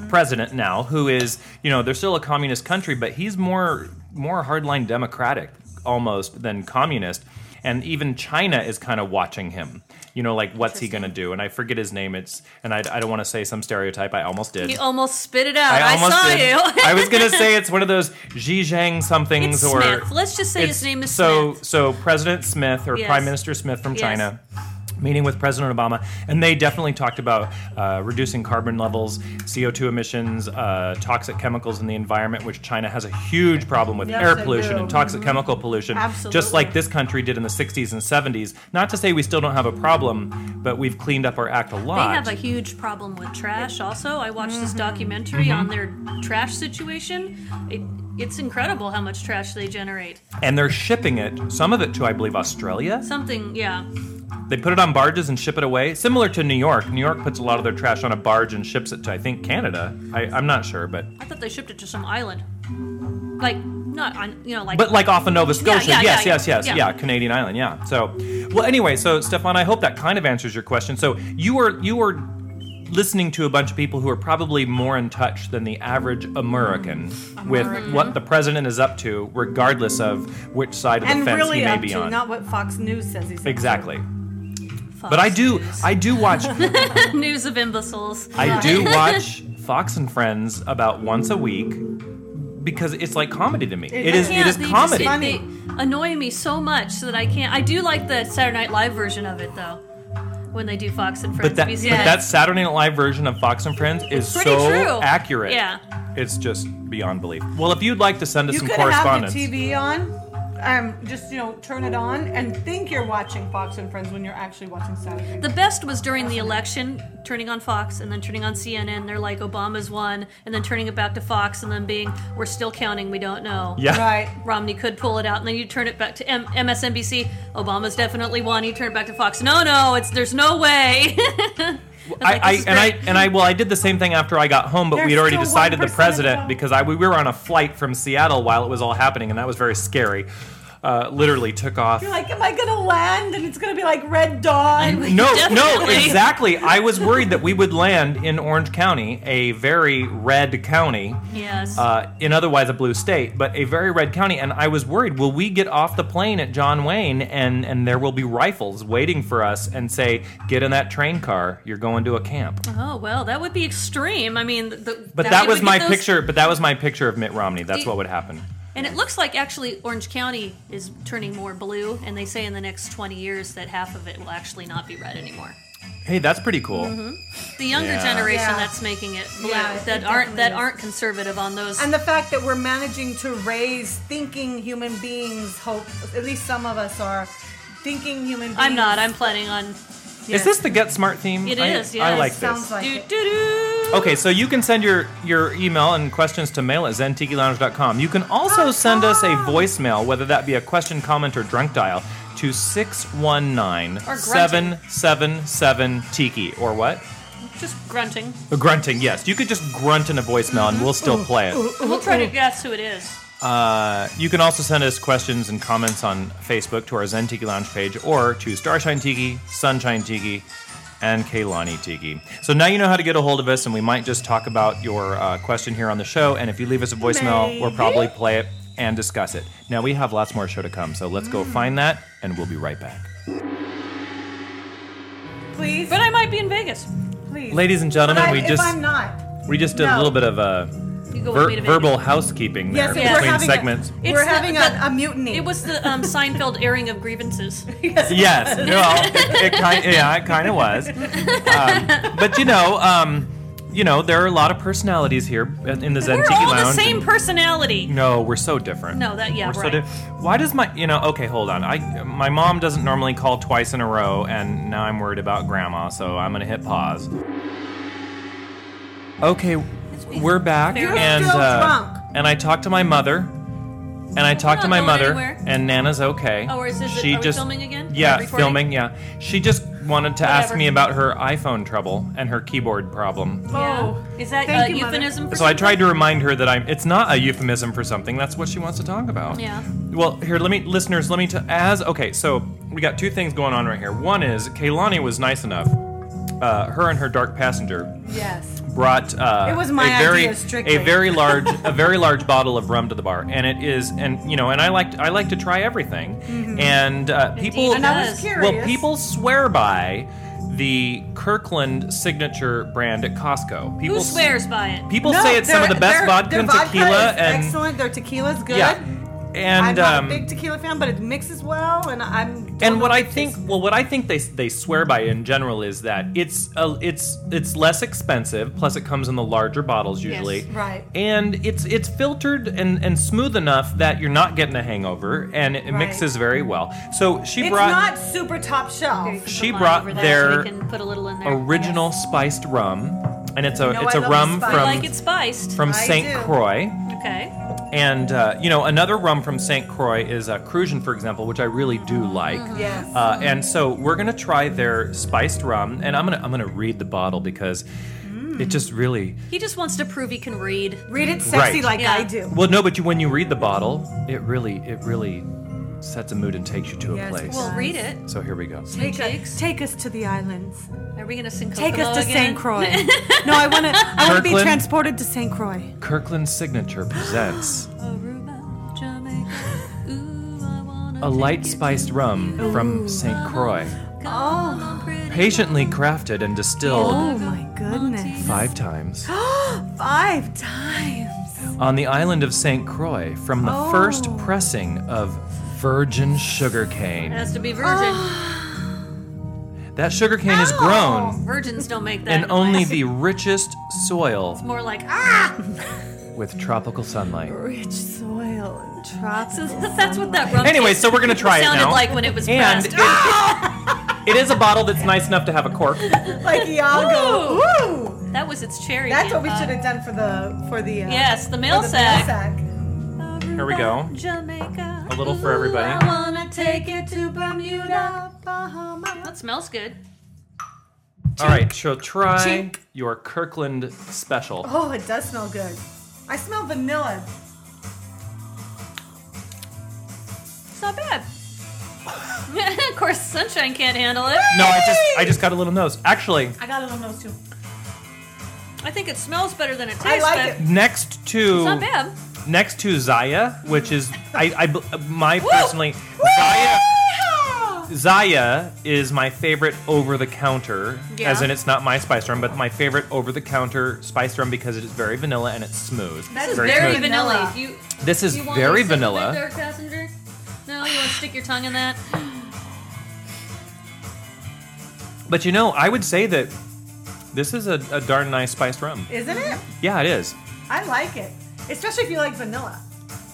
S1: president now, who is, you know, they're still a communist country, but he's more more hardline democratic almost than communist, and even China is kind of watching him. You know, like what's he going to do? And I forget his name. It's and I, I don't want to say some stereotype. I almost did.
S3: He almost spit it out. I,
S1: almost
S3: saw
S1: did.
S3: you.
S1: I was gonna say it's one of those Zhejiang somethings
S3: <laughs> It's
S1: or
S3: Smith. Let's just say his
S1: it's-
S3: name is
S1: so
S3: Smith.
S1: so President Smith or
S3: Yes.
S1: Prime Minister Smith from
S3: Yes.
S1: China meeting with President Obama, and they definitely talked about uh, reducing carbon levels, CO2 emissions, uh, toxic chemicals in the environment, which China has a huge problem with
S2: Yes,
S1: air
S2: they
S1: pollution
S2: do.
S1: and toxic chemical pollution, just
S3: Mm-hmm. Absolutely.
S1: like this country did in the 60s and 70s. Not to say we still don't have a problem, but we've cleaned up our act a
S3: They
S1: lot.
S3: have a huge problem with trash. Also, I watched this
S2: Mm-hmm.
S3: documentary
S1: Mm-hmm.
S3: on their trash situation. It, it's incredible how much trash they generate.
S1: and they're shipping it, some of it to, I believe, Australia.
S3: Something, yeah.
S1: They put it on barges and ship it away, similar to New York. New York puts a lot of their trash on a barge and ships it to, I think, Canada. I, I'm not sure, but
S3: I thought they shipped it to some island, like not on, you know, like
S1: but like off of Nova Scotia,
S3: yeah,
S1: yes,
S3: yeah,
S1: yes, yes, yeah.
S3: yeah.
S1: Canadian island, yeah. So, well, anyway, so Stefan, I hope that kind of answers your question. So you were you were listening to a bunch of people who are probably more in touch than the average American with what the president is up to, regardless of which side of the
S2: and
S1: fence
S2: really
S1: he may
S2: up
S1: be
S2: to
S1: on.
S2: not what Fox News says he's up to.
S1: exactly.
S3: Fox
S1: But I do,
S3: News.
S1: I do watch
S3: <laughs> news of imbeciles.
S1: I do watch Fox and Friends about once a week because it's like comedy to me. it is it
S3: can't.
S1: is
S3: They just-
S1: comedy.
S3: they- they annoy me so much that I can't. I do like the Saturday Night Live version of it though, when they do Fox and Friends.
S1: but that,
S3: because-
S1: but that Saturday Night Live version of Fox and Friends is
S3: pretty
S1: so
S3: true.
S1: accurate.
S3: Yeah.
S1: It's just beyond belief. Well, if you'd like to send us
S2: You
S1: some
S2: could have
S1: correspondence.
S2: the TV on. Um, just you know, turn it on and think you're watching Fox and Friends when you're actually
S1: <laughs>
S2: watching Saturday.
S3: The best was during the election, turning on Fox and then turning on CNN. They're like, Obama's won, and then turning it back to Fox and then being, we're still counting, we don't know.
S1: yeah.
S2: Right.
S3: Romney could pull it out, and then you turn it back to M- MSNBC. Obama's definitely won. You turn it back to Fox. No, no, it's there's no way. <laughs>
S1: I,
S3: Like,
S1: I
S3: this is
S1: and I
S3: great.
S1: and I well I did the same thing after I got home, but
S2: There's
S1: we'd already
S2: still
S1: decided the
S2: 1% of
S1: president
S2: the-
S1: because I we were on a flight from Seattle while it was all happening, and that was very scary. uh, literally took off.
S2: You're like, am I gonna land? And it's gonna be like red
S3: <laughs>
S2: dawn.
S1: No, no,
S3: Definitely.
S1: exactly. I was worried that we would land in Orange County, a very red county,
S3: Yes.
S1: uh, in otherwise a blue state, but a very red county. And I was worried, will we get off the plane at John Wayne and, and there will be rifles waiting for us and say, get in that train car, you're going to a camp.
S3: oh well, that would be extreme. I mean, the,
S1: But that,
S3: we
S1: was
S3: would
S1: my
S3: get those-
S1: picture. But that was my picture of Mitt Romney. That's
S3: Do-
S1: what would happen.
S3: And it looks like actually Orange County is turning more blue, and they say in the next 20 years that half of it will actually not be red anymore.
S1: Hey, that's pretty cool.
S3: Mm-hmm. The younger
S1: Yeah.
S3: generation
S2: Yeah.
S3: that's making it blue
S2: Yeah, it
S3: that aren't
S2: definitely
S3: that
S2: is.
S3: aren't conservative on those.
S2: And the fact that we're managing to raise thinking human beings, hope at least some of us are thinking human beings.
S3: I'm not. I'm planning on.
S1: Is this the Get Smart theme? It
S3: It
S1: is. I,
S3: is,
S1: I
S3: yes.
S1: like
S2: Sounds
S1: this.
S2: like
S3: Do,
S2: it.
S3: do, do.
S1: Okay, so you can send your, your email and questions to mail at zentikilounge.com. You can also send us a voicemail, whether that be a question, comment, or drunk dial, to 619
S3: Or grunting.
S1: 777 Tiki. Or what?
S3: Just grunting.
S1: Uh, Grunting, yes. You could just grunt in a voicemail and we'll still play it.
S3: We'll try
S1: <laughs>
S3: to guess who it is.
S1: Uh, you can also send us questions and comments on Facebook to our Zen Tiki Lounge page or to Starshine Tiki, Sunshine Tiki, and Kaylani Tiki. So now you know how to get a hold of us, and we might just talk about your uh, question here on the show. And if you leave us a voicemail, we'll
S2: Maybe.
S1: probably play it and discuss it. Now we have lots more show to come, so let's go
S2: Mm.
S1: find that, and we'll be right back.
S2: Please,
S3: But I might be in Vegas.
S2: please.
S1: Ladies and gentlemen,
S2: But I-
S1: we
S2: if
S1: just
S2: I'm not.
S1: we just did a
S2: no.
S1: little bit of uh,
S3: You go with
S1: ver-
S3: me to Vegas.
S1: verbal housekeeping there
S2: Yes, we're
S1: between
S2: having
S1: segments.
S2: A, we're
S3: It's
S2: having
S3: the-
S2: a,
S3: the-
S2: a mutiny. <laughs>
S3: It was the
S1: <laughs>
S3: um, Seinfeld airing of grievances. <laughs>
S1: Yes, well, it, it kind, yeah, it kind of was. Um, but you know, um, you know, there are a lot of personalities here in in the Zen
S3: We're
S1: Tiki
S3: all the
S1: Lounge.
S3: same personality.
S1: no, we're so different.
S3: No, that yeah,
S1: we're so
S3: right.
S1: di- Why does my, you know, okay, hold on. I my mom doesn't normally call twice in a row, and now I'm worried about grandma, so I'm gonna hit pause. Okay, we're back,
S3: You're
S1: and
S2: still
S1: uh,
S2: drunk.
S1: and I talked to my mother. And I talked to my
S3: not going
S1: mother,
S3: anywhere.
S1: and Nana's okay.
S3: Oh, or is this- are we filming again? Are
S1: Yeah,
S3: we recording?
S1: filming. Yeah, she just wanted to ask
S3: Whatever.
S1: me about her iPhone trouble and her keyboard problem.
S3: Yeah.
S2: Oh.
S3: Is that
S2: Thank
S3: uh,
S2: you, Mother.
S3: euphemism for
S1: So I
S3: something?
S1: tried to remind her that I'm. It's not a euphemism for something. That's what she wants to talk about.
S3: Yeah.
S1: Well, here, let me, listeners, let me t- as okay. So we got two things going on right here. One is Kaylani was nice enough. Uh, her and her dark passenger
S2: yes.
S1: brought uh,
S2: It was my
S1: a very
S2: idea, strictly.
S1: a
S2: <laughs>
S1: very large a very large bottle of rum to the bar, and it is and you know and I like I like to try everything,
S2: Mm-hmm.
S1: and uh, people
S3: it
S2: And I was
S3: Yes.
S2: curious.
S1: well, people swear by the Kirkland signature brand at Costco. People
S3: Who
S1: s-
S3: swears by it?
S1: People
S2: No,
S1: say it's some of
S2: their-
S1: the best
S2: their-
S1: vodka
S2: their
S1: and tequila,
S2: is
S1: and
S2: excellent. Their tequila's good.
S1: yeah, and
S2: I'm not
S1: um,
S2: a big tequila fan, but it mixes well, and I'm. don't
S1: and
S2: know
S1: what I
S2: if it
S1: think,
S2: tastes-
S1: well, what I think they they swear by in general is that it's uh, it's it's less expensive. Plus, it comes in the larger bottles usually,
S2: right.
S1: And it's it's filtered and and smooth enough that you're not getting a hangover, and it
S2: Right.
S1: mixes very well. So she
S2: It's
S1: brought
S2: not super top shelf.
S3: Put
S1: she
S3: the line
S1: brought
S3: over there
S1: their
S3: so we can put a little in there.
S1: original spiced rum, and it's a
S2: know
S1: it's
S2: I
S1: a
S2: love
S1: rum
S2: spice.
S1: from
S3: like it spiced.
S1: from
S2: I
S1: Saint
S2: do.
S1: Croix.
S3: okay.
S1: And uh, you know, another rum from St. Croix is uh, Cruzan, for example, which I really do like.
S2: Yes.
S1: Uh, and so we're gonna try their spiced rum, and I'm gonna I'm gonna read the bottle because it just really
S3: He just wants to prove he can read.
S2: Read it sexy
S1: Right.
S2: like
S3: Yeah.
S2: I do.
S1: well no, but you, when you read the bottle, it really it really sets a mood and takes you to a
S2: Yes,
S1: place.
S3: We'll
S2: Nice.
S3: read it.
S1: so here we go.
S2: Take, a,
S3: Cheeks.
S2: take us to the islands.
S3: Are we gonna sing
S2: Take
S3: Kokomo
S2: us to
S3: again?
S4: <laughs>
S2: St. Croix.
S3: <laughs>
S2: no, I want to. I want to be
S1: Kirkland?
S2: transported to St. Croix.
S1: Kirkland Signature presents
S3: Aruba, Jamaica. Ooh, I wanna
S1: a light
S3: take you
S1: spiced rum from St. Croix,
S3: to-
S2: Oh.
S3: Come on, pretty
S1: patiently crafted and distilled
S2: Oh my goodness.
S1: five times.
S2: <gasps> Five times.
S1: on the island of St. Croix from the
S2: Oh.
S1: first pressing of virgin sugarcane.
S3: has to be virgin.
S2: Ah.
S1: That sugarcane is
S2: Ow.
S1: grown
S3: Virgins don't make that.
S1: in only
S3: noise.
S1: the richest soil
S3: <laughs> more like ah. <laughs>
S1: with tropical sunlight.
S2: Rich soil and tropical.
S4: <laughs>
S3: That's what that rum.
S1: Anyway,
S3: tastes
S1: so we're gonna try it
S3: sounded
S1: now.
S3: like when it was
S1: And
S3: pressed.
S1: it-
S3: <laughs>
S1: it is a bottle that's nice enough to have a cork.
S2: like Iago. Ooh.
S3: that was its cherry.
S2: That's what we
S3: uh,
S2: should have done for the for the uh,
S3: Yes, the mail
S2: for the
S3: sack.
S2: mail
S1: Here we go.
S3: Jamaica.
S1: A little for
S3: Ooh,
S1: everybody.
S3: I wanna take it to Bermuda.
S2: sack. Bahama.
S3: That smells good.
S1: All right, so try
S2: Chink.
S1: your Kirkland special.
S2: Oh, it does smell good. I smell vanilla.
S3: It's not bad. <laughs> course, Sunshine can't handle it.
S1: No, I just I just got a little nose. Actually,
S4: I got it on those two.
S3: I think it smells better than it tastes.
S2: I like
S3: but
S2: it.
S1: next to
S3: It's not bad.
S1: next to Zaya, which is I, I bel- my
S3: Woo!
S1: personally Zaya. Zaya is my favorite over the counter,
S3: Yeah.
S1: as in it's not my spice rum, but my favorite over the counter spice rum because it is very vanilla and it's smooth.
S4: This
S3: This is
S4: Very
S3: very,
S4: smooth.
S3: vanilla.
S4: vanilla.
S3: If You,
S1: This is
S3: you want
S1: very
S3: me to sip a big
S1: vanilla.
S3: Dark passenger. No, you want to stick your tongue in that.
S1: But you know, I would say that this is a, a darn nice spiced rum.
S2: Isn't it?
S1: Yeah, it is.
S2: I like it, especially if you like vanilla.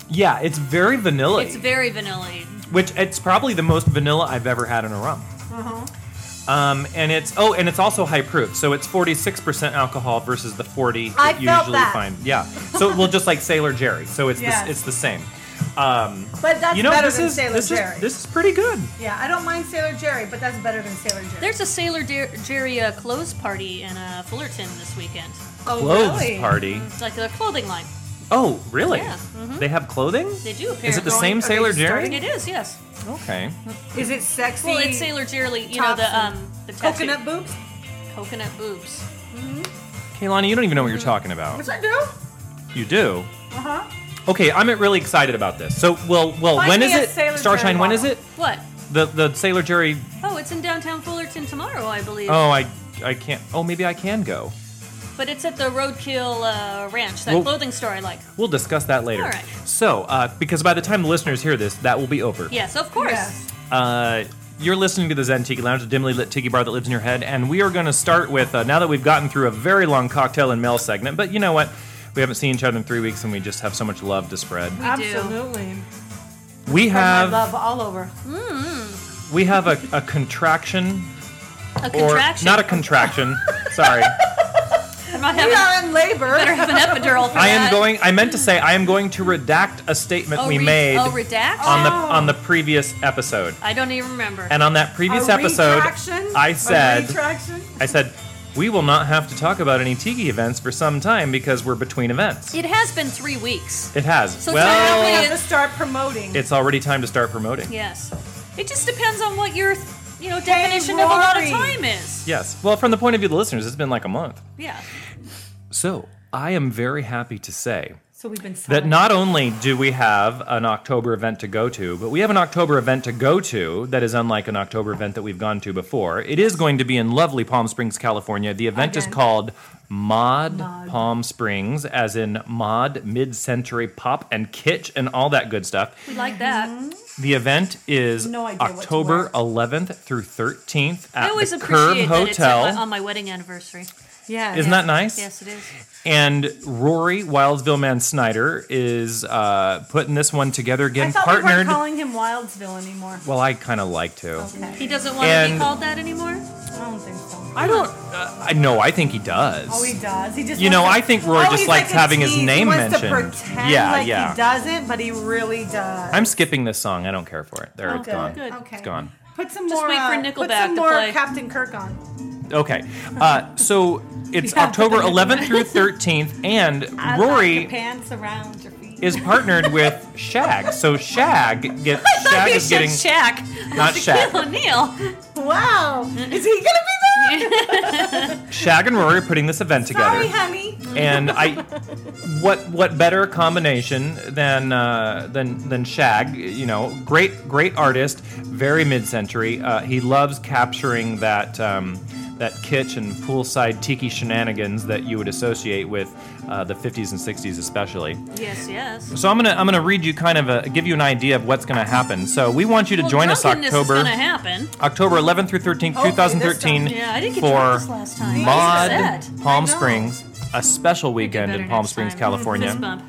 S1: Yeah, it's very vanilla.
S3: It's very vanilla.
S1: which it's probably the most vanilla I've ever had in a rum.
S3: Uh-huh.
S1: Um, and it's oh, and it's also high proof, so it's forty six percent alcohol versus the forty that
S2: I
S1: you
S2: felt
S1: usually
S2: that.
S1: find. Yeah, so we'll just like Sailor Jerry, so it's
S4: Yeah.
S1: the, it's the same. Um,
S2: But that's
S1: you know,
S2: better
S1: this
S2: than
S1: is
S2: Sailor
S1: this
S2: Jerry.
S1: is this is pretty good.
S2: yeah, I don't mind Sailor Jerry, but that's better than Sailor Jerry.
S3: There's a Sailor Jer- Jerry uh, clothes party in uh, Fullerton this weekend.
S2: oh,
S1: Clothes party.
S3: It's like a clothing line.
S1: Oh, really?
S3: Yeah,
S1: They have clothing.
S3: They do apparently.
S1: Is it the
S2: mm-hmm. Going-
S1: same
S2: are they
S1: Sailor
S2: starting
S1: Jerry?
S3: It is, yes.
S1: Okay.
S2: Is it sexy?
S3: Well, it's Sailor Jerry, you know,
S2: Tops
S3: the
S2: and-
S3: um, the tattoo.
S2: coconut boobs.
S3: coconut boobs.
S1: Kaylani, you don't even know what
S2: Mm-hmm.
S1: you're talking about.
S2: Which I do.
S1: You do.
S3: Uh-huh.
S2: Uh huh.
S1: Okay, I'm really excited about this. So, well, well,
S2: Find
S1: when
S2: me
S1: is
S2: a
S1: it?
S2: Sailor
S1: Starshine,
S2: Jerry
S1: when is
S2: bottle.
S1: it?
S3: What?
S1: The the Sailor Jerry
S3: Oh, it's in downtown Fullerton tomorrow, I believe.
S1: Oh, I I can't. Oh, maybe I can go.
S3: But it's at the Roadkill uh, Ranch, that
S1: Well-
S3: clothing store I like.
S1: We'll discuss that later.
S3: All right.
S1: So, uh, because by the time the listeners hear this, that will be over.
S3: Yes, of course.
S4: Yes.
S1: Uh, you're listening to the Zen Tiki Lounge, a dimly lit tiki bar that lives in your head, and we are going to start with uh, now that we've gotten through a very long cocktail and mail segment. But you know what? We haven't seen each other in three weeks, and we just have so much love to spread.
S3: We do.
S4: Absolutely.
S1: We
S4: Have
S1: have
S4: love all over.
S1: we have a, a contraction,
S3: A
S1: or
S3: contraction.
S1: not a
S3: <laughs>
S1: contraction. sorry,
S3: I might
S2: We
S3: have,
S2: are in labor.
S3: better have
S1: <laughs>
S3: an epidural for
S1: I am
S3: that.
S1: going. I meant to say I am going to redact a statement
S3: Oh,
S1: we
S3: re-
S1: made
S3: Oh, redact?
S1: on the on the previous episode.
S3: I don't even remember.
S1: And on that previous
S2: A
S1: episode,
S2: retraction?
S1: I
S2: A
S1: said,
S2: retraction?
S1: I said, we will not have to talk about any Tiki events for some time because we're between events.
S3: it has been three weeks.
S1: It has.
S3: So
S2: We
S1: well,
S3: technically-
S2: have to start promoting.
S1: it's already time to start promoting.
S3: Yes. It just depends on what your, you know,
S2: Hey,
S3: definition of a lot of
S2: Rory.
S3: time is.
S1: Yes. Well, from the point of view of the listeners, it's been like a month.
S3: Yeah.
S1: So I am very happy to say
S2: so we've been
S1: that not only do we have an October event to go to, but we have an October event to go to that is unlike an October event that we've gone to before. It is going to be in lovely Palm Springs, California. The event is
S2: Again.
S1: called Mod,
S2: Mod.
S1: Palm Springs, as in mod mid-century pop and kitsch and all that good stuff.
S3: We like that.
S1: The event is
S4: No idea what
S1: October
S4: tomorrow
S1: 11th through 13th
S3: I
S1: at
S3: always
S1: the Curb
S3: appreciate that it's
S4: uh,
S1: Hotel.
S3: at my, on
S4: um,
S3: my wedding anniversary.
S4: Yeah.
S1: Isn't that nice?
S3: Yes, it is.
S1: And Rory Wildsville Man Snyder is uh, putting this one together
S4: I
S1: again,
S4: thought we
S1: partnered.
S4: weren't calling him Wildsville anymore.
S1: well, I kind of like to.
S3: He doesn't want to
S1: And-
S3: be called that anymore?
S4: I don't think so.
S1: I don't. Uh, I know. I think he does.
S4: Oh, he does. He just.
S1: You know,
S4: wants
S1: I think Roy
S4: Oh,
S1: just
S4: he's
S1: likes
S4: like a
S1: having his
S4: tease. He
S1: name
S4: wants to
S1: mentioned.
S4: pretend
S1: Yeah,
S4: like
S1: yeah.
S4: He doesn't, but he really does.
S1: I'm skipping this song. I don't care for it. There, it's
S4: Okay.
S1: gone.
S3: Good.
S4: okay.
S1: It's gone.
S4: Put some
S3: Just
S4: more.
S3: wait for
S4: uh,
S3: Nickelback
S4: put some
S3: to
S4: more
S3: play.
S4: Captain Kirk on.
S1: Okay. Uh, so it's
S4: Yeah,
S1: October
S4: <laughs> but-
S1: 11th through 13th, and
S4: I like
S1: Rory
S4: the pants around your feet.
S1: is partnered with Shag. So Shag
S4: <laughs>
S1: get Shag
S3: you
S1: is
S3: said
S1: getting
S3: <laughs> Shaq.
S1: Not
S3: Shaquille
S1: Shaq.
S3: O'Neal.
S4: wow. Is he gonna be there?
S1: Shag and Rory are putting this event together.
S4: Sorry, honey.
S1: and I, what what better combination than uh, than than Shag? You know, great great artist, very mid century. Uh, he loves capturing that um, that kitsch and poolside tiki shenanigans that you would associate with uh, the 50s and 60s, especially.
S3: Yes, yes.
S1: So I'm gonna I'm gonna read you kind of a give you an idea of what's gonna happen. So we want you to
S3: Well,
S1: join us
S3: drunkenness
S1: October.
S3: is gonna happen.
S1: October 11th through 13th,
S4: Hopefully this
S1: 2013,
S3: time. Yeah, I didn't get drunk
S1: for
S3: this last time. These are
S1: Mod
S3: sad.
S1: Palm
S4: I know.
S1: Springs, a special weekend in Palm Springs,
S3: Mm-hmm.
S1: California,
S3: Fist bump.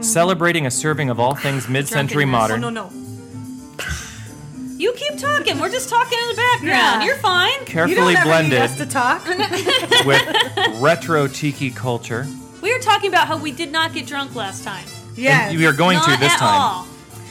S1: celebrating a serving of all
S3: <sighs>
S1: things mid-century
S3: Drunkenness.
S1: modern.
S4: Oh, No, no.
S3: You keep talking. We're just talking in the background.
S4: Yeah.
S3: You're fine.
S1: Carefully
S4: You don't ever
S1: blended
S4: need us to
S3: <laughs>
S4: talk.
S1: <laughs> with retro tiki culture.
S3: We were talking about how we did not get drunk last time.
S4: yes.
S1: And we are going
S3: not
S1: to this
S3: at
S1: time.
S3: all.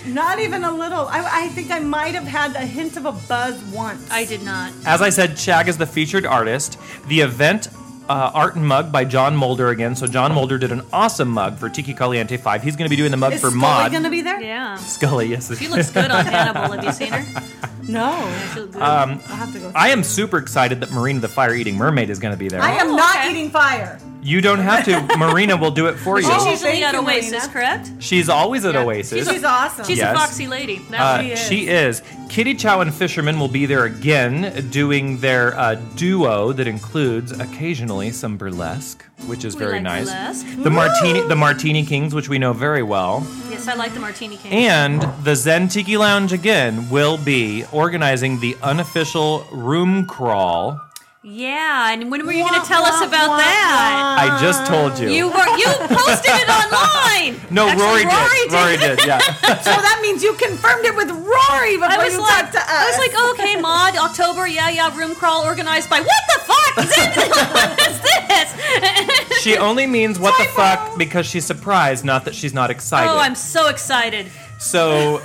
S4: Not even a little. I, I think I might have had a hint of a buzz once.
S3: I did not.
S1: As I said, Shag is the featured artist. The event uh, art and mug by John Mulder again. So John Mulder did an awesome mug for Tiki Caliente 5. He's going to be doing the mug
S4: Is
S1: for
S4: Scully
S1: Mod.
S4: gonna be there?
S3: Yeah.
S1: Scully, yes. <laughs>
S3: She looks good on Hannibal. Have you seen her?
S2: No.
S3: Feel good.
S2: I'll
S1: Um,
S2: have to go.
S1: I am super excited that Marina the Fire Eating Mermaid is going to be there.
S2: I am
S3: Oh,
S2: not
S3: okay.
S2: eating fire.
S1: you don't have
S3: <laughs>
S1: to. Marina will do it for you.
S3: she's
S2: Oh,
S3: usually
S2: thank
S3: at
S2: you,
S3: Oasis,
S2: Marina.
S3: correct?
S1: She's always at
S3: Yeah.
S1: Oasis.
S2: She's awesome.
S3: She's
S1: Yes.
S3: a foxy lady. That
S1: Uh,
S3: she is.
S1: she is. Kitty Chow and Fisherman will be there again doing their uh, duo that includes occasionally some burlesque, which is
S3: We
S1: very
S3: like
S1: nice.
S3: burlesque.
S1: The Martini the Martini Kings, which we know very well.
S3: Yes, I like the Martini King.
S1: And the Zen Tiki Lounge again will be organizing the unofficial room crawl.
S3: yeah, and when were you going to tell us about that?
S1: I just told you.
S3: Uh, You were you posted it online.
S1: <laughs> no, Rory,
S3: Actually,
S1: did. Rory did,
S3: <laughs>
S1: yeah.
S2: So that means you confirmed it with Rory before
S3: I was
S2: you
S3: like,
S2: talked to us.
S3: I was like, okay, Maud, October, yeah, yeah, room crawl organized by what the fuck is it? <laughs> what is this?
S1: she only means what the fuck because she's surprised, not that she's not excited.
S3: oh, I'm so excited. <laughs>
S1: So,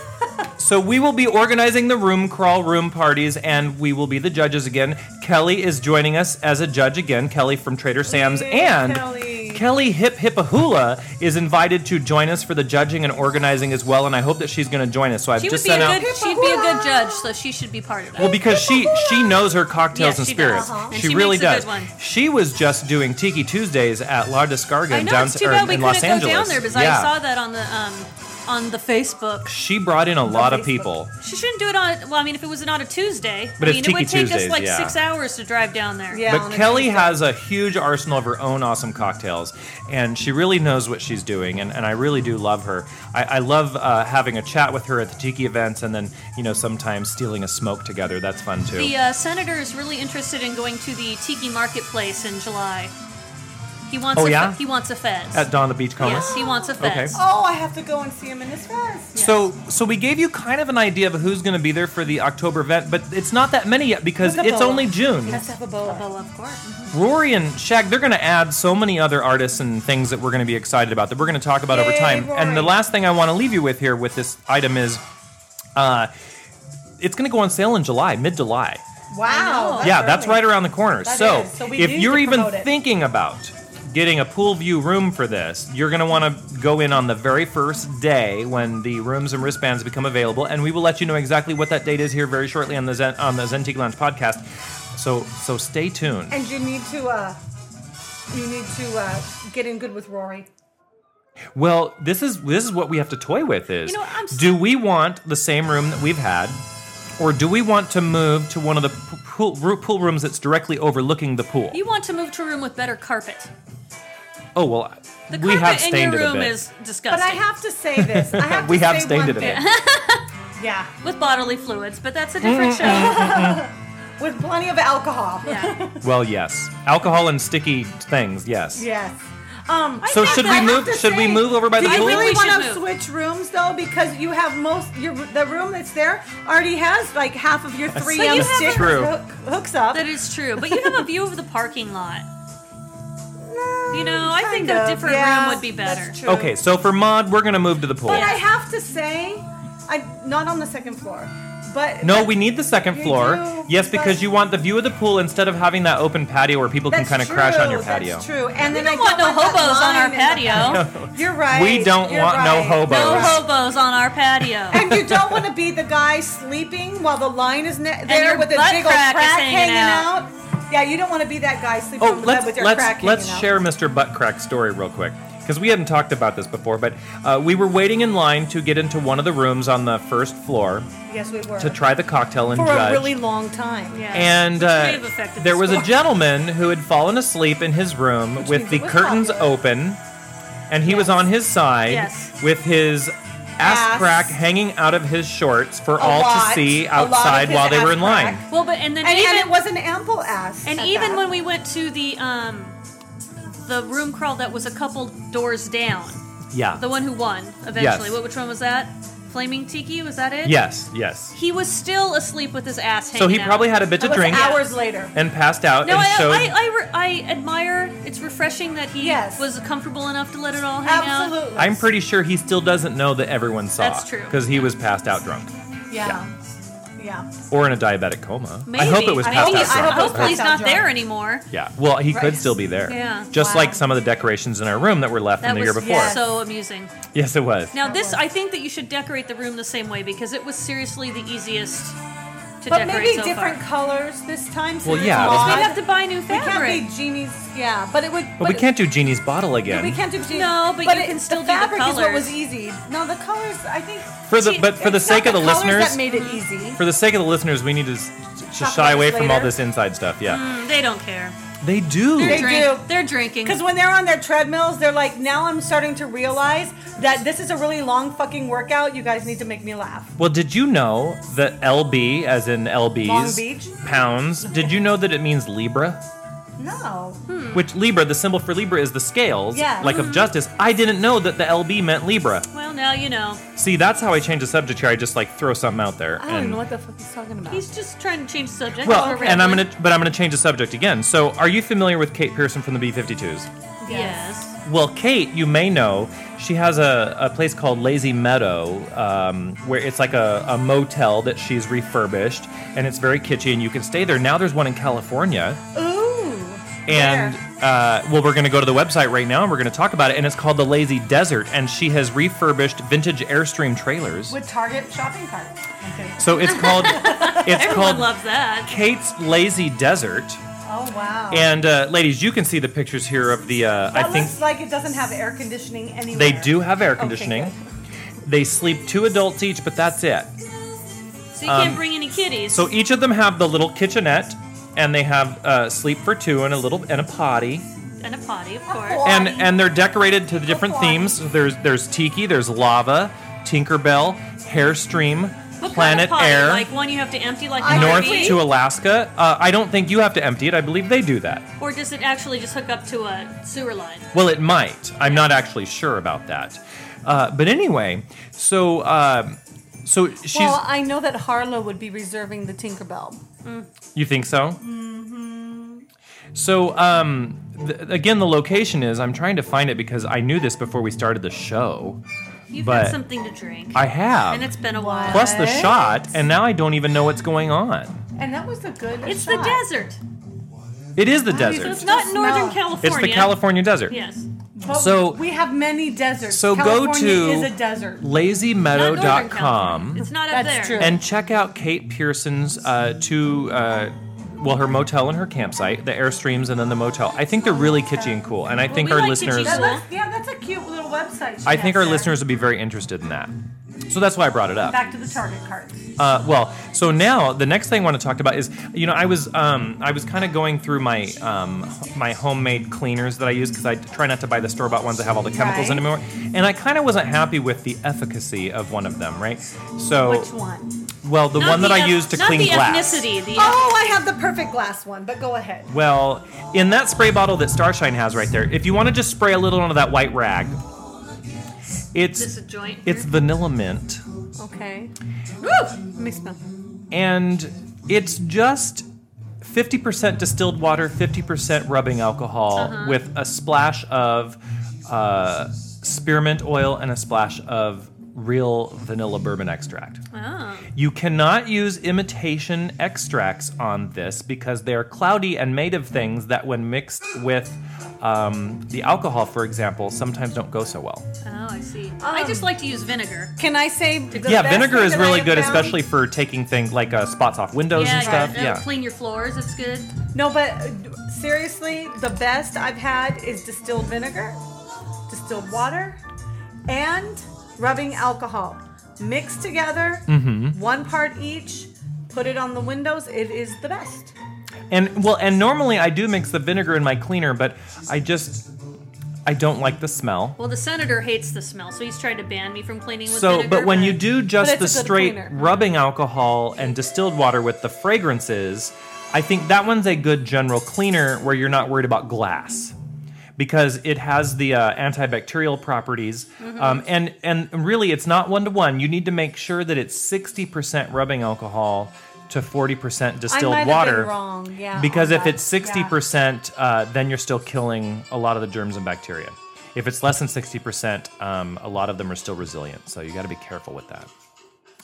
S1: so we will be organizing the room crawl, room parties, and we will be the judges again. Kelly is joining us as a judge again. Kelly from Trader Sam's and
S2: Kelly.
S1: Kelly Hip Hippahula is invited to join us for the judging and organizing as well. And I hope that she's going to join us. So I've
S3: She would
S1: just
S3: be a
S1: sent out.
S3: good, she'd be a good judge, so she should be part of that.
S1: Well, because she she knows her cocktails
S3: Yeah,
S1: and
S3: she
S1: spirits,
S3: does. Uh-huh. And
S1: she,
S3: she
S1: really
S3: makes a
S1: does.
S3: good one.
S1: She was just doing Tiki Tuesdays at La Descarga
S3: I
S1: in
S3: know
S1: down-
S3: it's too
S1: or
S3: bad
S1: in
S3: we couldn't
S1: Los
S3: go
S1: Angeles.
S3: down there because
S1: yeah.
S3: I saw that on the um, on the Facebook.
S1: She brought in a lot of people.
S3: She shouldn't do it on. Well, I mean, if it was not a Tuesday,
S1: But
S3: I
S1: it's
S3: mean,
S1: Tiki
S3: it would take
S1: Tuesdays,
S3: us like
S1: yeah.
S3: six hours to drive down there.
S2: Yeah.
S1: But
S2: on a
S1: Kelly
S2: Tuesday.
S1: has a huge arsenal of her own awesome cocktails, and she really knows what she's doing, and, and I really do love her. I, I love uh, having a chat with her at the tiki events, and then, you know, sometimes stealing a smoke together. That's fun too.
S3: The uh, senator is really interested in going to the Tiki Marketplace in July. He wants.
S1: Oh,
S3: a,
S1: yeah?
S3: He wants a fez.
S1: at Dawn of the Beachcomber.
S3: yes, he wants a fez.
S1: Okay.
S4: Oh, I have to go and see him in his vest.
S1: So, so we gave you kind of an idea of who's going to be there for the October event, but it's not that many yet because
S4: Look at
S1: it's
S4: Boa.
S1: only June.
S4: Has to have a boa.
S3: Well, of course.
S1: Rory and Shag, they're going to add so many other artists and things that we're going to be excited about that we're going to talk about over
S4: Yay,
S1: time.
S4: Rory.
S1: And the last thing I want to leave you with here with this item is uh, it's going to go on sale in July, mid July.
S2: wow.
S1: Yeah, that's
S2: early.
S1: right around the corner.
S4: That
S1: so,
S4: is. So we
S1: if
S4: need
S1: you're
S4: to
S1: even
S4: promote it.
S1: thinking about getting a pool view room for this, you're going to want to go in on the very first day when the rooms and wristbands become available, and we will let you know exactly what that date is here very shortly on the Zen, on the Zen Tiki Lounge podcast. So, so stay tuned.
S2: And you need to, uh, you need to uh, get in good with Rory.
S1: Well, this is this is what we have to toy with is
S3: You know, I'm s-
S1: do we want the same room that we've had or do we want to move to one of the p- pool, ru- pool rooms that's directly overlooking the pool?
S3: You want to move to a room with better carpet.
S1: oh, well,
S3: The
S1: we have
S3: carpet in your
S1: stained it a
S3: room
S1: bit.
S3: is
S2: But
S3: disgusting.
S2: I have to say this. I
S1: <laughs>
S2: have
S1: we
S2: to
S1: have
S2: say
S1: stained
S2: one
S1: it a
S2: thing.
S1: bit.
S2: Yeah,
S3: with bodily fluids, but that's a different
S1: <laughs>
S3: show.
S2: with plenty of alcohol.
S3: Yeah.
S1: well, yes. Alcohol and sticky things, yes.
S2: <laughs> Yes. Um,
S1: So should we move should we move over by the
S2: Do you
S1: pool?
S2: really
S3: we
S2: want
S3: should
S2: to
S3: move.
S2: switch rooms though? Because you have most your the room that's there already has like half of your three M
S3: you have
S1: a-
S2: stick
S1: True.
S2: hook- hooks up.
S3: That is true. But you have a view of the parking lot. You know, I think
S2: Kind
S3: a
S2: of,
S3: different
S2: yeah,
S3: room would be better.
S2: that's true.
S1: okay, so for mod, we're going to move to the pool.
S2: But I have to say, I not on the second floor, but
S1: no, we need the second
S2: You
S1: floor.
S2: do,
S1: yes, because
S2: but-
S1: you want the view of the pool instead of having that open patio where people can
S2: that's
S1: kind of
S2: true,
S1: crash on your patio.
S2: That's true. And
S3: We
S2: then
S3: don't
S2: I
S3: want no
S2: that
S3: hobos on
S2: line
S3: our
S2: in the-
S1: <laughs>
S3: patio.
S2: You're right.
S1: We don't
S2: you're
S1: want no
S2: right.
S1: hobos.
S3: No hobos on our patio.
S2: And you don't want to be the guy sleeping while the line is ne- there
S3: your
S2: with a
S3: butt
S2: big old
S3: crack
S2: crack
S3: is
S2: hanging,
S3: hanging out.
S2: out. Yeah, you don't want to be that guy sleeping
S1: Oh,
S2: in bed
S1: let's
S2: with your crack
S1: let's
S2: hanging
S1: let's
S2: out.
S1: share Mr. Buttcrack's story real quick because we hadn't talked about this before. But uh, we were waiting in line to get into one of the rooms on the first floor
S2: Yes, we were.
S1: to try the cocktail and
S4: For
S1: judge.
S4: a really long time.
S3: Yes,
S1: and
S3: which may
S1: uh,
S3: have affected
S1: there
S3: the
S1: was a
S3: score.
S1: gentleman who had fallen asleep in his room with
S2: means
S1: the
S2: it was
S1: curtains
S2: popular.
S1: open, and he was on his side
S3: Yes.
S1: with his ass,
S2: Ass.
S1: crack hanging out of his shorts for all to
S2: lot.
S1: see
S2: A lot of
S1: outside
S2: his
S1: while they
S2: ass
S1: were in
S2: crack.
S1: line.
S3: Well, but and then
S2: and,
S3: even
S2: and it was an ample ass.
S3: And
S2: at
S3: even
S2: that.
S3: when we went to the um, the room crawl that was a couple doors down,
S1: Yeah.
S3: the one who won eventually. What which one was that? Flaming Tiki was that it?
S1: Yes. Yes.
S3: He was still asleep with his ass hanging.
S1: So he
S3: out.
S1: probably had a bit to
S2: That was
S1: drink
S2: hours later.
S1: and passed out
S3: No,
S1: and
S3: I,
S1: showed.
S3: I, I, re- I admire. It's refreshing that he
S2: Yes.
S3: was comfortable enough to let it all hang out.
S2: Absolutely.
S1: I'm pretty sure he still doesn't know that everyone saw.
S3: That's true.
S1: Because he was passed out drunk
S2: Yeah. Yeah.
S1: or in a diabetic coma.
S3: Maybe.
S1: I hope it was
S3: I
S1: passed
S3: hope
S1: out
S3: he's-
S2: I
S1: drunk.
S2: hope it was
S3: Hopefully he's
S2: passed out
S3: not there
S2: drunk.
S3: anymore.
S1: yeah. Well, he could
S2: Right.
S1: still be there.
S3: Yeah.
S1: Just
S2: Wow.
S1: like some of the decorations in our room that were left
S3: That
S1: from the
S3: was
S1: year before.
S2: yes.
S3: so amusing.
S1: Yes, it was.
S3: Now this, I think that you should decorate the room the same way because it was seriously the easiest to
S2: But
S3: decorate
S2: maybe
S3: so
S2: different
S3: far.
S2: colors this time. So
S1: Well,
S2: it's
S1: yeah, it was-
S2: odd.
S3: We'd have to buy new
S2: We can't
S3: fabric.
S2: be genies. Yeah, but it would.
S1: But we can't do Genie's bottle again.
S2: We can't do genies.
S3: No, but you
S2: it-
S3: can still
S2: the
S3: do the
S2: fabric is what was
S3: colors.
S2: easy. No, the colors. I think.
S1: For the
S3: See,
S1: but for the
S2: it's not
S1: sake of the
S2: colors
S1: listeners,
S2: that made it easy.
S1: for the sake of the listeners, we need to, s- to
S2: Talk
S1: shy
S2: about
S1: away
S2: this
S1: from all
S2: later. Hmm.
S1: this inside stuff. Yeah,
S3: Mm, they don't care.
S1: they do.
S2: They
S3: Drink-
S2: do.
S3: They're drinking.
S2: Because when they're on their treadmills, they're like, now I'm starting to realize that this is a really long fucking workout. You guys need to make me laugh.
S1: Well, did you know that LB, as in LBs,
S2: Long Beach?
S1: pounds? Did you know that it means Libra?
S2: No.
S1: Which Libra, the symbol for Libra is the scales,
S2: Hmm. Yeah. Hmm.
S1: like of justice. I didn't know that the LB meant Libra.
S3: well, now you know.
S1: See, that's how I change the subject here. I just like throw something out there.
S2: I don't
S1: and-
S2: even know what the fuck he's talking about.
S3: He's just trying to change the <laughs> subject.
S1: well,
S3: while we're
S1: and I'm
S3: rambling.
S1: gonna, but I'm gonna change the subject again. So, are you familiar with Kate Pearson from the B-52s?
S3: Yes.
S1: Well, Kate, you may know, she has a, a place called Lazy Meadow, um, where it's like a, a motel that she's refurbished, and it's very kitschy, and you can stay there. Now there's one in California,
S2: Ooh.
S1: and uh, well, we're going to go to the website right now, and we're going to talk about it, and it's called the Lazy Desert, and she has refurbished vintage Airstream trailers.
S2: With Target shopping cart. Okay.
S1: so it's
S3: <laughs>
S1: called it's
S3: Everyone
S1: called
S3: loves that.
S1: Kate's Lazy Desert,
S2: Oh, wow.
S1: and uh, ladies, you can see the pictures here of the. Uh,
S2: that
S1: I think
S2: looks like it doesn't have air conditioning anywhere.
S1: They do have air
S2: Okay,
S1: conditioning.
S2: good.
S1: they sleep two adults each, but that's it.
S3: So you can't bring any kitties.
S1: um, So each of them have the little kitchenette, and they have uh, sleep for two and a little and a potty,
S3: and a potty, of course.
S1: and
S2: Potty.
S1: and they're decorated to the different
S2: potty.
S1: themes. So there's there's tiki, there's lava, Tinkerbell, Hairstream,
S3: What kind
S1: Planet
S3: of potty?
S1: Air,
S3: Like one you have to empty, like
S2: I
S3: an
S1: North
S3: RV?
S1: to Alaska. Uh, I don't think you have to empty it. I believe they do that.
S3: or does it actually just hook up to a sewer line?
S1: Well, it might. I'm not actually sure about that. Uh, but anyway, so uh, so she's.
S2: Well, I know that Harlow would be reserving the Tinkerbell.
S1: You think so? Mm-hmm. So, um, th- again, the location is. I'm trying to find it because I knew this before we started the show.
S3: You've
S1: But-
S3: had something to drink,
S1: I have.
S3: and it's been a while.
S1: Plus the shot, and now I don't even know what's going on.
S2: And that was a good.
S3: It's
S2: shot.
S3: the desert.
S1: It is the
S3: So
S1: desert.
S3: it's not
S2: Just
S3: Northern
S2: smell.
S3: California.
S1: It's the California desert.
S3: Yes.
S2: But
S1: So-
S2: we have many deserts.
S1: So
S2: California
S1: go to
S2: is a desert.
S3: Not Northern
S1: lazymeadow.com
S3: California. It's not up
S2: That's
S3: there.
S2: true.
S1: and check out Kate Pearson's uh, two, uh, well, her motel and her campsite, the Airstreams, and then the motel. I think they're really kitschy and cool, and I think
S3: we
S1: our
S3: like kitschy
S1: listeners.
S2: That
S3: Cool.
S2: looks, yeah, that's a cute little website. she
S1: I think
S2: has
S1: our
S2: there.
S1: listeners would be very interested in that. So that's why I brought it up.
S2: Back to the Target cart.
S1: Uh, well, so now the next thing I want to talk about is, you know, I was um, I was kind of going through my um, my homemade cleaners that I use because I try not to buy the store bought ones that have all the chemicals
S2: Right.
S1: in them anymore, and I kind of wasn't happy with the efficacy of one of them, right? So,
S2: Which one?
S1: well, the
S3: Not
S1: one that I
S3: eth-
S1: use to
S3: not
S1: clean
S3: the
S1: glass.
S3: ethnicity. The
S2: Oh, I have the perfect glass one, but go ahead.
S1: Well, in that spray bottle that Starshine has right there, if you want to just spray a little onto that white rag,
S3: This
S1: it's
S3: a joint.
S1: it's
S3: here?
S1: vanilla mint.
S2: Okay. Woo! Let me smell.
S1: and it's just 50% distilled water, 50% rubbing alcohol
S2: Uh-huh.
S1: with a splash of uh, spearmint oil and a splash of real vanilla bourbon extract.
S3: Oh.
S1: You cannot use imitation extracts on this because they are cloudy and made of things that, when mixed with um, the alcohol, for example, sometimes don't go so well.
S3: Oh, I see.
S2: Ah.
S3: I just like to use vinegar.
S2: Can I say? The
S1: yeah,
S2: best
S1: vinegar
S2: thing
S1: is
S2: that I
S1: really
S2: have
S1: good,
S2: found-
S1: especially for taking things like uh, spots off windows
S3: yeah,
S1: and stuff.
S3: yeah.
S1: Yeah.
S3: Clean your floors. It's good.
S2: No, but uh, seriously, the best I've had is distilled vinegar, distilled water, and rubbing alcohol mixed together.
S1: Mm-hmm.
S2: One part each. Put it on the windows. It is the best.
S1: And well, and normally I do mix the vinegar in my cleaner, but I just I don't like the smell.
S3: Well, the senator hates the smell, so he's tried to ban me from cleaning with
S1: So,
S3: vinegar.
S1: but when you do just
S2: it's
S1: the
S2: a good
S1: straight
S2: cleaner.
S1: rubbing alcohol and distilled water with the fragrances, I think that one's a good general cleaner where you're not worried about glass because it has the uh, antibacterial properties.
S2: Mm-hmm.
S1: Um, and and really, it's not one to one. You need to make sure that it's sixty percent rubbing alcohol to forty percent distilled
S2: I might
S1: water.
S2: Have been wrong. Yeah.
S1: Because
S2: on
S1: if
S2: that.
S1: it's 60%, uh, then you're still killing a lot of the germs and bacteria. If it's less than 60%, um, a lot of them are still resilient. So you got to be careful with that.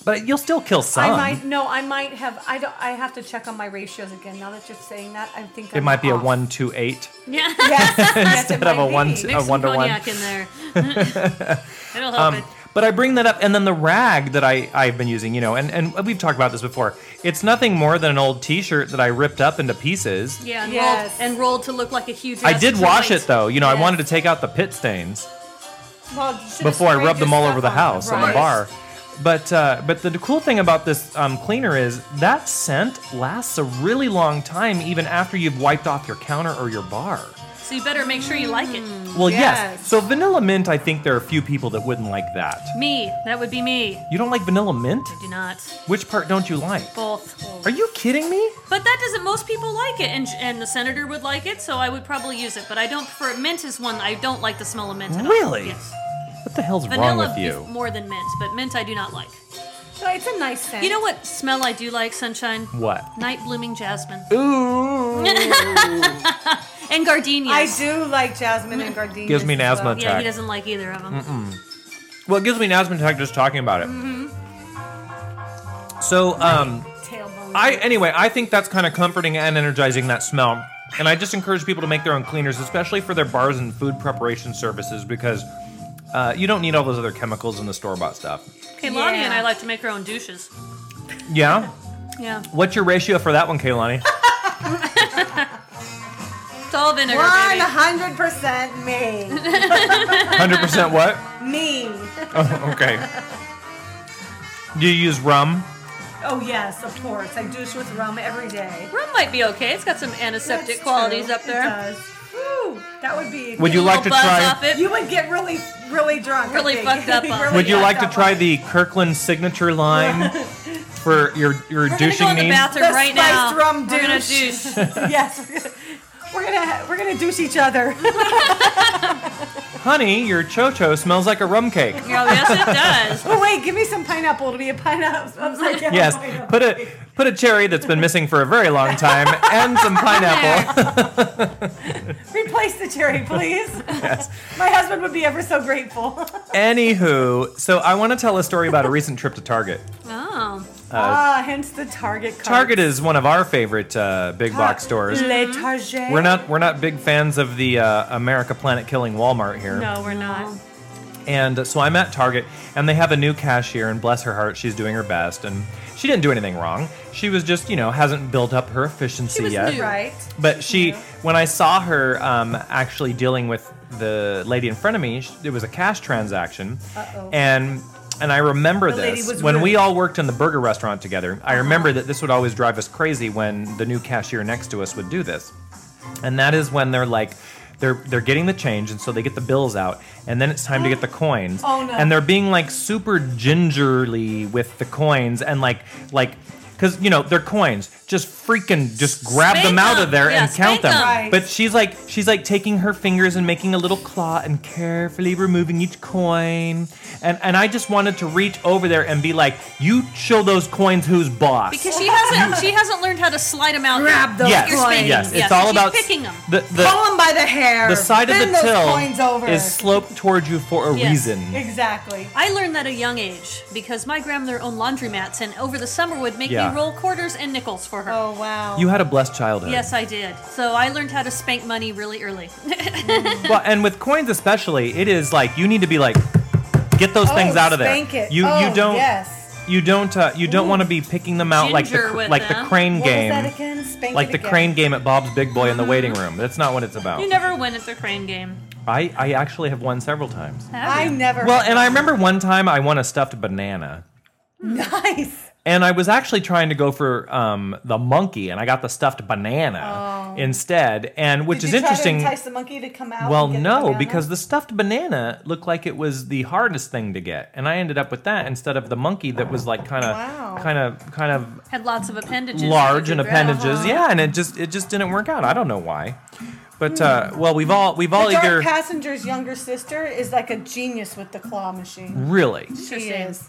S1: But you'll still kill
S2: Yeah. I
S1: some.
S2: might no, I might have. I don't. I have to check on my ratios again. Now that you're saying that, I think
S1: it
S2: I'm
S1: might be a
S2: off.
S1: one, two, eight.
S3: yeah,
S2: <laughs>
S3: <laughs>
S2: Yes, yes, it
S1: <laughs> Instead of
S2: might
S1: a one
S2: be.
S1: to-
S3: mix
S1: a <laughs>
S3: some
S1: one to one. Um,
S3: cognac in there. It'll help it.
S1: But I bring that up, and then the rag that I, I've been using, you know, and, and we've talked about this before. It's nothing more than an old t shirt that I ripped up into pieces.
S3: Yeah, and,
S2: Yes.
S3: rolled, and rolled to look like a huge.
S1: I
S3: ass
S1: did
S3: joint.
S1: wash it though. You know, I
S3: Yes.
S1: wanted to take out the pit stains
S2: Well, you should've
S1: <laughs> before I
S2: sprayed
S1: rubbed
S2: your
S1: them all
S2: stuff
S1: over the
S2: on
S1: house on the
S2: Right.
S1: bar. But uh, but the cool thing about this um, cleaner is that scent lasts a really long time, even after you've wiped off your counter or your bar.
S3: So you better make sure you like it.
S2: Mm.
S1: Well, yes.
S2: Yes.
S1: So vanilla mint, I think there are a few people that wouldn't like that.
S3: Me, that would be me.
S1: You don't like vanilla mint?
S3: Do not
S1: Which part don't you like?
S3: both.
S2: Oh.
S1: Are you kidding me?
S3: But that doesn't. Most people like it, and and the senator would like it, so I would probably use it. But I don't prefer mint. Is one I don't like the smell of mint. At all.
S1: Really?
S3: Yes.
S1: What the hell's
S3: Vanilla
S1: wrong with
S3: is
S1: you?
S3: more than mint, but mint I do not like.
S2: So it's a nice scent.
S3: You know what smell I do like, sunshine?
S1: What?
S3: Night blooming jasmine
S1: <laughs> Ooh.
S3: and gardenias.
S4: I do like jasmine
S3: <laughs>
S4: and gardenia.
S1: Gives me an asthma
S3: Yeah,
S1: attack.
S3: he doesn't like either of them.
S1: Well, it gives me an asthma attack just talking about it. So, um,
S4: Tailbone.
S1: I anyway, I think that's kind of comforting and energizing that smell. And I just encourage people to make their own cleaners, especially for their bars and food preparation services, because uh, you don't need all those other chemicals in the store bought stuff.
S3: Okay, Lonnie
S4: Yeah.
S3: and I like to make our own douches.
S1: Yeah.
S3: Yeah,
S1: What's your ratio for that one, Kaylani?
S3: it's all vinegar,
S4: One
S3: baby.
S4: hundred percent
S3: <laughs>
S4: me.
S1: Hundred percent. What?
S4: me.
S1: <laughs> Oh, okay. Do you use rum?
S4: Oh yes, of course. I douche with rum every day.
S3: Rum might be okay. It's got some antiseptic
S4: That's
S3: qualities
S4: true.
S3: up there.
S4: It does. Whew, that would be.
S1: Would
S3: Get
S1: you
S3: a
S1: like to
S3: little buzz
S1: try?
S3: Off it.
S4: you would get really, really drunk. I
S3: Really
S4: think. <laughs>
S3: fucked up on it.
S4: Really
S1: Would you
S4: fucked
S1: like to
S4: up
S1: try
S4: on it.
S1: the Kirkland signature line
S3: <laughs>
S1: for your your
S3: We're gonna
S1: douching
S3: go in the
S1: needs?
S3: bathroom
S4: The
S3: right
S4: spiced
S3: now.
S4: rum
S3: We're gonna
S4: douche.
S3: douche.
S4: yes. <laughs> We're gonna we're gonna douche each other. <laughs>
S1: Honey, your chocho smells like a rum cake.
S3: Oh, yes, it does.
S4: oh wait, give me some pineapple. It'll be a pineapple. I'm like, yeah,
S1: Yes,
S4: pineapple.
S1: put a put a cherry that's been missing for a very long time and some pineapple.
S4: Replace the cherry, please.
S1: <laughs>
S4: My husband would be ever so grateful.
S1: Anywho, so I want to tell a story about a recent trip to Target.
S3: Oh,
S4: ah, hence the Target card.
S1: Uh, Target is one of our favorite uh, big box stores.
S4: Le Target.
S1: We're not we're not big fans of the uh, America Planet killing Walmart here.
S4: No, we're not.
S1: And so I'm at Target, and they have a new cashier, and bless her heart, she's doing her best, and she didn't do anything wrong. She was just, you know, hasn't built up her efficiency
S3: was
S1: yet.
S3: new.
S4: Right.
S1: But she, when I saw her um, actually dealing with the lady in front of me, sh- it was a cash transaction,
S4: Uh-oh.
S1: and and I remember
S4: The lady
S1: this
S4: was Uh-huh.
S1: when we
S4: rude.
S1: all worked in the burger restaurant together. I remember that this would always drive us crazy when the new cashier next to us would do this, and that is when they're like. They're, they're getting the change and so they get the bills out and then it's time to
S4: <gasps>
S1: get the coins
S4: Oh, no.
S1: and they're being like super gingerly with the coins and like like because you know they're coins just freaking just grab
S3: Spank
S1: them out
S3: them.
S1: of there
S3: Yeah,
S1: and count
S3: spank
S1: them.
S3: them.
S4: Right.
S1: But she's like she's like taking her fingers and making a little claw and carefully removing each coin. And and I just wanted to reach over there and be like, "You show those coins who's boss."
S3: because she hasn't she hasn't learned how to slide them out.
S4: Grab
S3: yet.
S4: those
S1: yes,
S3: You're
S4: coins.
S3: spanking.
S1: yes, it's
S3: Yes,
S1: all
S3: she's
S1: about
S3: picking 'em.
S1: The
S4: Pull
S1: the,
S4: them by the hair.
S1: the side of
S4: Bend
S1: the
S4: those coins over.
S1: till is sloped towards you for a
S3: Yes.
S1: reason.
S4: exactly.
S3: I learned that at a young age because my grandmother owned laundromats and over the summer would make
S1: Yeah.
S3: me roll quarters and nickels for her.
S4: Oh wow.
S1: You had a blessed childhood.
S3: Yes, I did. So I learned how to spank money really early. <laughs>
S1: well, and with coins especially, it is like you need to be like, get those
S4: Oh,
S1: things out of there.
S4: spank it.
S1: You
S4: Oh,
S1: you don't
S4: Yes.
S1: you don't uh, you don't want to be picking them out like the
S3: Ginger
S1: cr-
S3: with
S1: like the
S3: them.
S1: crane
S4: What
S1: game.
S4: was that again? Spank
S1: like
S4: it
S1: the
S4: again. Mm-hmm.
S1: crane game at Bob's Big Boy in the waiting room. That's not what it's about.
S3: you never win at the crane game.
S1: I, I actually have won several times.
S3: have
S4: I
S3: you?
S4: never.
S1: Well, and I remember one time I won a stuffed banana.
S4: nice.
S1: And I was actually trying to go for um, the monkey, and I got the stuffed banana instead, and <laughs> which
S4: Oh. Did
S1: is
S4: you
S1: interesting.
S4: Try to entice the monkey to come out.
S1: well,
S4: and get the
S1: no,
S4: banana?
S1: because the stuffed banana looked like it was the hardest thing to get, and I ended up with that instead of the monkey that was like kind of,
S4: Wow.
S1: kind of, kind of
S3: had lots of appendages.
S1: large and
S3: that you could grab.
S1: appendages.
S4: Uh-huh.
S1: Yeah, and it just it just didn't work out. I don't know why. But uh, well, we've all we've all
S4: Hmm. the dark
S1: either
S4: passenger's younger sister is like a genius with the claw machine.
S1: really
S4: She
S3: Interesting.
S4: is.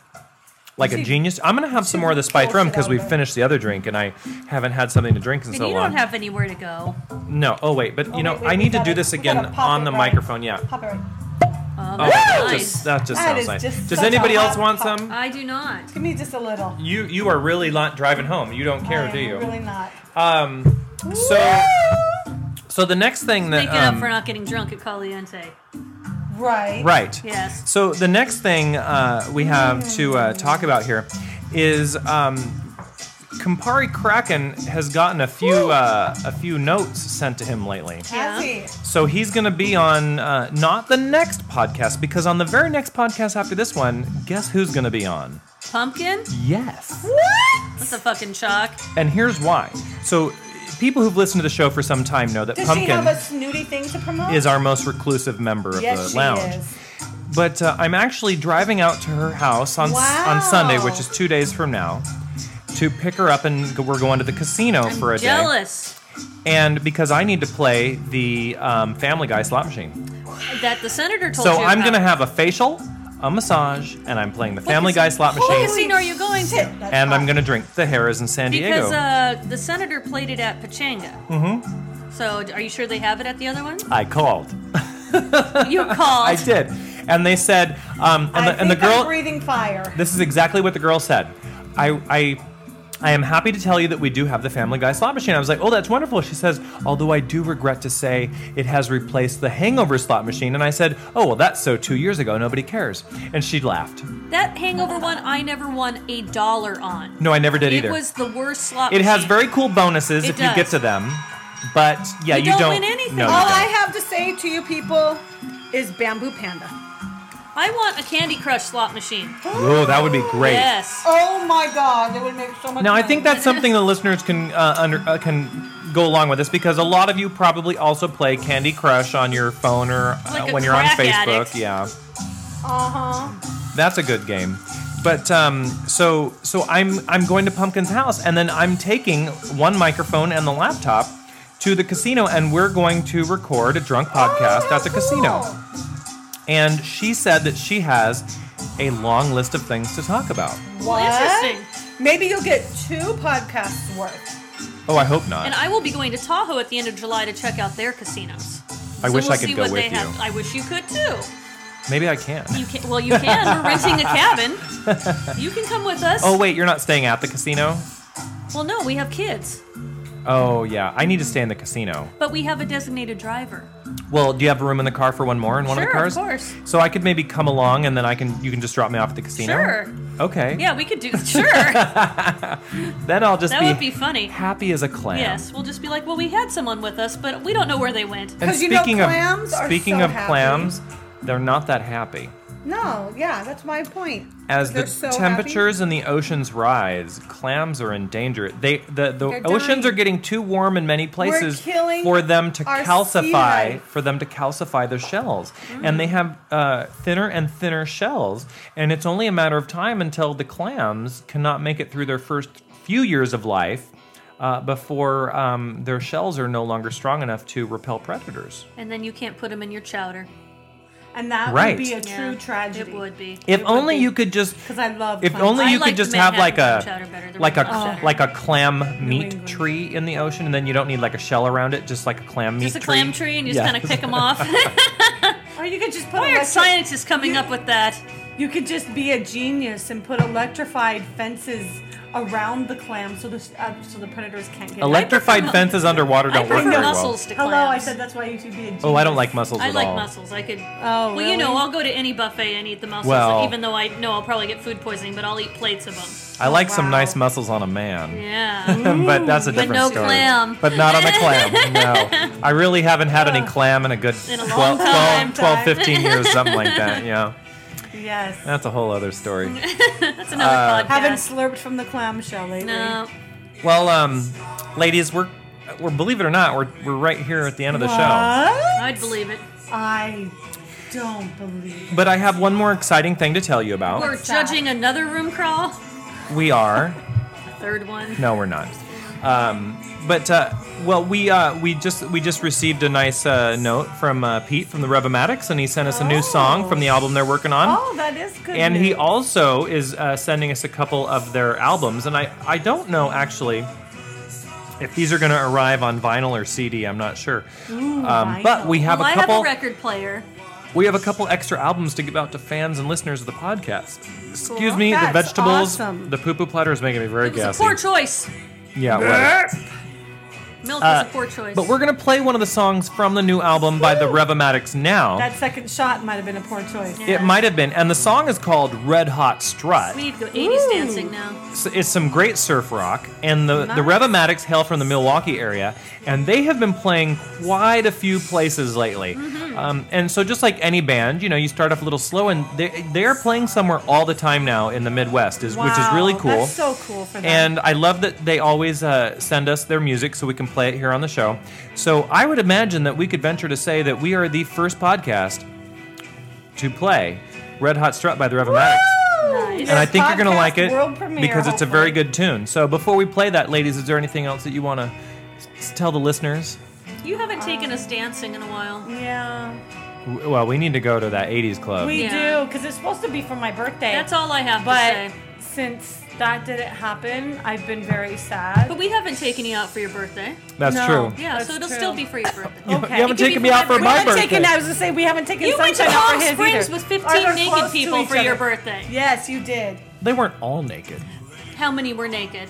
S1: like a
S4: She-
S1: genius. I'm gonna have some more of the spiked
S4: pulls
S1: rum
S4: it
S1: because
S4: out
S1: we've
S4: of-
S1: finished the other drink and I haven't had something to drink in
S3: And
S1: so
S3: you
S1: long.
S3: don't have anywhere to go.
S1: no. Oh wait, but you know
S4: wait, wait,
S1: I
S4: we
S1: need to
S4: gotta-
S1: do this
S4: we
S1: again
S4: gotta pop
S1: on
S4: it
S1: the
S4: right.
S1: microphone. Yeah.
S4: Pop it right.
S3: Oh,
S1: Oh, that
S3: nice.
S1: just that just
S4: That
S1: sounds
S4: is
S1: nice.
S4: just
S1: Does
S4: such a
S1: anybody else
S4: hot
S1: want
S4: pop.
S1: some?
S3: I do not.
S4: Give me just a little.
S1: You you are really not driving home. You don't care,
S4: I
S1: do
S4: am
S1: you?
S4: Really not.
S1: Um. So so the next thing that
S3: Make it up
S1: um,
S3: for not getting drunk at Caliente.
S2: Right.
S1: Right.
S3: Yes.
S1: So the next thing uh, we have to uh, talk about here is um, Campari Kraken has gotten a few uh, a few notes sent to him lately.
S3: Yeah.
S2: Has he?
S1: So he's going to be on uh, not the next podcast because on the very next podcast after this one, guess who's going to be on?
S3: Pumpkin?
S1: Yes.
S3: That's a fucking shock.
S1: And here's why. So people who've listened to the show for some time know that
S4: Does she
S1: Pumpkin
S4: have a snooty thing to promote?
S1: is our most reclusive member of
S4: yes,
S1: the
S4: she
S1: lounge.
S4: is.
S1: But uh, I'm actually driving out to her house on s- on
S4: Wow.
S1: Sunday, which is two days from now, to pick her up, and g- we're going to the casino for a day.
S3: Jealous
S1: And because I need to play the um, Family Guy slot machine,
S3: that the senator told
S1: so
S3: you.
S1: I'm
S3: about.
S1: gonna have a facial, a massage, and I'm playing the Family Guy slot
S3: What
S1: machine,
S3: casino are you going to?
S4: Shit, that's
S1: and I'm
S4: hot.
S1: gonna drink the Harrah's in San Diego.
S3: Because uh, the senator played it at Pachanga. Mm-hmm. So are you sure they have it at the other one? Oh,
S1: I called. <laughs>
S3: You called.
S1: I did, and they said, um, and,
S4: I
S1: the, and the
S4: think
S1: girl.
S4: I'm breathing fire.
S1: This is exactly what the girl said. I, I, I am happy to tell you that we do have the Family Guy slot machine. I was like, oh, that's wonderful. She says, although I do regret to say it has replaced the Hangover slot machine. And I said, oh, well, that's so two years ago. Nobody cares. And she laughed.
S3: That hangover one, I never won a dollar on.
S1: No, I never did
S3: it
S1: either.
S3: was the worst slot.
S1: it has
S3: machine.
S1: very cool bonuses
S3: It
S1: if you get
S3: does.
S1: to them. But yeah,
S3: You
S1: you,
S3: don't
S1: don't
S3: win anything. Oh.
S1: No, you
S4: All
S1: don't.
S4: I have to say to you people is Bamboo Panda.
S3: I want a Candy Crush slot machine.
S1: oh, that would be great.
S3: Yes.
S4: Oh my god, they would make so much
S1: Now, I
S4: money.
S1: think that's something the listeners can uh, under uh, can go along with this because a lot of you probably also play Candy Crush on your phone or uh,
S3: Like a
S1: when you're on
S3: crack
S1: Facebook.
S3: addict.
S1: Yeah,
S4: Uh-huh.
S1: that's a good game. But um, so so I'm I'm going to Pumpkin's house and then I'm taking one microphone and the laptop to the casino and we're going to record a drunk
S3: Oh,
S1: podcast
S4: how
S1: at the casino.
S4: cool.
S1: And she said that she has a long list of things to talk about.
S4: What?
S3: Interesting.
S4: Maybe you'll get two podcasts worth.
S1: Oh, I hope not.
S3: And I will be going to Tahoe at the end of July to check out their casinos.
S1: I
S3: So
S1: wish
S3: we'll
S1: I could
S3: see
S1: go
S3: what
S1: with
S3: they
S1: you.
S3: Have. I wish you could too.
S1: Maybe I can.
S3: You can. Well, you can. We're renting
S1: <laughs>
S3: a cabin. You can come with us.
S1: Oh wait, you're not staying at the casino?
S3: Well, no, we have kids,
S1: Oh yeah, I need to stay in the casino.
S3: but we have a designated driver.
S1: Well, do you have room in the car for one more in one of the
S3: Sure, of
S1: cars?
S3: course.
S1: So I could maybe come along, and then I can you can just drop me off at the casino.
S3: Sure.
S1: Okay.
S3: Yeah, we could do.
S1: <laughs>
S3: Sure. <laughs> that
S1: Then I'll just be,
S3: would be funny.
S1: happy as a clam.
S3: Yes, we'll just be like, well, we had someone with us, but we don't know where they went.
S1: And
S4: 'Cause you know
S1: speaking
S4: clams
S1: of
S4: are
S1: speaking
S4: so
S1: of
S4: happy.
S1: clams, they're not that happy.
S4: No, yeah, that's my point.
S1: As
S4: They're
S1: the
S4: so happy.
S1: temperatures in the oceans rise, clams are in danger. They the, the
S4: They're
S1: oceans
S4: dying.
S1: are getting too warm in many places
S4: killing
S1: for them to
S4: our sea
S1: calcify
S4: life. Mm.
S1: for them to calcify their shells, and they have uh, thinner and thinner shells, and it's only a matter of time until the clams cannot make it through their first few years of life. Uh, before um, their shells are no longer strong enough to repel predators.
S3: And then you can't put them in your chowder.
S4: And that would
S1: Right.
S4: be a
S3: Yeah,
S4: true tragedy.
S3: It would be.
S1: If
S3: It would
S1: only
S3: be.
S1: you could just
S4: Because I love
S1: If
S4: clams.
S1: only
S3: I
S1: you
S3: like
S1: could just
S3: the
S1: have like
S3: Manhattan
S1: a
S3: clam chowder better than
S1: like a
S3: Manhattan chowder.
S1: like a clam meat
S4: England.
S1: tree in the ocean, and then you don't need like a shell around it, just like a clam meat
S3: Just a
S1: tree.
S3: clam tree and you just
S1: Yeah.
S3: kind of pick them
S1: <laughs>
S3: off. <laughs>
S4: Or you could just put
S3: Why are
S4: electri-
S3: scientists coming up with that?
S4: You could just be a genius and put electrified fences around the clam so the uh, so the predators can't get. in.
S1: Electrified
S3: I prefer-
S1: fences underwater
S3: I
S1: don't work
S3: prefer
S1: very
S3: mussels
S1: well.
S3: to clams.
S4: Hello, I said that's why you should be a genius.
S1: Oh, I don't like mussels
S3: I
S1: at
S3: like
S1: all.
S3: mussels. I could.
S4: Oh,
S3: well, you know,
S4: really?
S3: I'll go to any buffet and eat the mussels,
S1: Well-
S3: even though I know I'll probably get food poisoning, but I'll eat plates of them.
S1: I like some
S4: wow.
S1: nice mussels on a man,
S3: Yeah.
S1: <laughs> but that's a
S3: But
S1: different
S3: no
S1: story.
S3: clam.
S1: But not on a clam.
S3: <laughs>
S1: No, I really haven't had any clam in a good
S3: In a
S1: 12,
S3: long time.
S1: 12, 12, 15 years, something like
S3: <laughs>
S1: that. Yeah,
S4: Yes.
S1: that's a whole other story.
S3: <laughs> that's another
S1: Uh,
S3: podcast.
S4: Haven't slurped from the clam shell lately.
S3: no.
S1: Well, um, ladies, we're we're believe it or not, we're we're right here at the end of the show.
S4: What?
S3: I'd believe it.
S4: I don't believe.
S1: But I have one more exciting thing to tell you about.
S3: We're
S4: that?
S3: judging another room crawl.
S1: We are.
S3: Third one.
S1: No, we're not. Um, but uh, well, we uh, we just we just received a nice uh, note from uh, Pete from the Revomatics, and he sent us a new song from the album they're working on.
S4: Oh, that is good.
S1: And he
S4: news.
S1: also is uh, sending us a couple of their albums, and I I don't know actually if these are going to arrive on vinyl or CD. I'm not sure. um, but
S4: vinyl.
S1: we have
S3: well,
S1: a
S3: I
S1: couple
S3: have a record player.
S1: we have a couple extra albums to give out to fans and listeners of the podcast. Excuse me, the
S4: That's
S1: vegetables,
S4: awesome.
S1: the poo poo platter is making me very
S3: It was a
S1: gassy.
S3: poor choice.
S1: Yeah, it was.
S3: Milk
S1: Uh,
S3: is a poor choice.
S1: But we're gonna play one of the songs from the new album by the Revomatics now.
S2: That second shot might have been a poor choice.
S1: it might have been, and the song is called Red Hot Strut.
S3: we need to go 80s dancing now.
S1: S- It's some great surf rock, and the, the Revomatics hail from the Milwaukee area, and they have been playing quite a few places lately.
S2: Mm-hmm.
S1: Um, and so, just like any band, you know, you start off a little slow, and they, they are playing somewhere all the time now in the Midwest, is, which is really
S2: Wow,
S1: cool.
S2: That's so cool for them.
S1: And I love that they always uh, send us their music so we can play it here on the show. So I would imagine that we could venture to say that we are the first podcast to play Red Hot Strut by the Revomatics.
S3: Nice.
S1: And I think you're going to
S2: Podcast
S1: like it
S2: world premiere,
S1: because it's a very
S2: hopefully.
S1: good tune. So before we play that, ladies, is there anything else that you want to tell the listeners?
S3: You haven't taken us dancing in a while.
S2: yeah,
S1: W- Well, we need to go to that 80s club.
S2: we
S3: Yeah.
S2: do because it's supposed to be for my birthday.
S3: That's all I have to
S2: But
S3: say.
S2: since that didn't happen, I've been very sad.
S3: But we haven't taken you out for your birthday.
S1: That's
S2: No.
S1: true.
S3: Yeah,
S2: That's
S3: so it'll
S2: true.
S3: still be for
S1: <laughs>
S3: your birthday.
S1: You,
S2: Okay.
S1: you haven't
S3: It could
S1: taken
S3: be
S1: me out for
S3: for
S2: we
S1: my
S2: haven't
S1: birthday.
S2: taken. I was gonna say we haven't taken.
S3: You went to
S2: sunshine out for
S3: Palm
S2: his
S3: Springs
S2: either.
S3: with
S2: Ours
S3: 15
S2: are
S3: naked
S2: close to
S3: people
S2: each
S3: for your
S2: other.
S3: birthday.
S2: Yes, you did.
S1: They weren't all naked.
S3: How many were naked?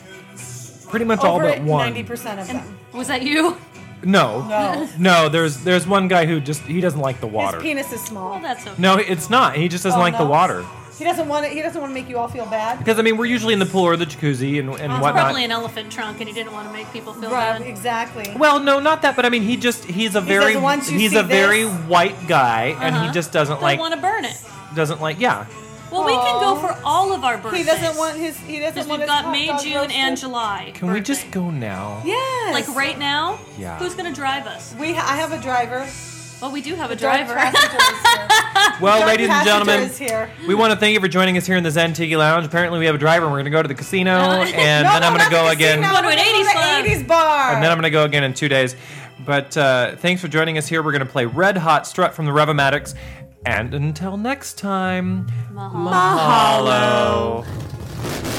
S1: Pretty much all
S2: Over
S1: but one.
S2: ninety percent of them.
S3: Was that you? <laughs>
S2: No,
S1: No, there's there's one guy who just he doesn't like the water.
S2: his penis is small.
S3: Oh, that's okay.
S1: no, it's not. He just doesn't
S2: Oh,
S1: like the
S2: no.
S1: water.
S2: He doesn't want to. He doesn't want to make you all feel bad.
S1: Because I mean, we're usually in the pool or the jacuzzi and and
S3: It's
S1: whatnot.
S3: probably an elephant trunk, and he didn't want to make people feel
S2: Right,
S3: bad.
S2: exactly.
S1: well, no, not that, but I mean, he just he's a very
S2: says, "Once you
S1: he's
S2: see
S1: a very
S2: this-
S1: white guy, and he
S3: Uh-huh.
S1: just doesn't
S3: Don't
S1: like
S3: want to burn it.
S1: doesn't like yeah.
S3: Well, we can
S2: Aw.
S3: go for all of our birthdays.
S2: He doesn't want his. He
S3: Because
S2: doesn't want
S3: we've
S2: his
S3: got
S2: hot
S3: May,
S2: dog
S3: June, and
S2: roasted.
S3: July.
S1: Can we just go now?
S2: Yes.
S3: Like right now?
S1: Yeah.
S3: Who's going to drive us?
S2: We. Ha- I have a driver.
S3: Well, we do have a
S2: Dark
S3: driver.
S2: passenger is here.
S1: Well,
S2: Dark
S1: ladies and
S2: passenger
S1: gentlemen,
S2: is here.
S1: we want to thank you for joining us here in the Zantiki Lounge. Apparently, we have a driver. and We're going to go to the casino, and
S2: <laughs> No,
S1: then
S2: no,
S1: I'm going
S2: not
S1: to go
S2: the
S1: again.
S2: casino,
S3: Go to
S2: we're
S3: an
S2: gonna go
S3: 80s club.
S2: 80s bar.
S1: And then I'm going to go again in two days. But uh, thanks for joining us here. We're going to play Red Hot Strut from the Revomatics. And until next time,
S3: Mahalo.
S1: mahalo.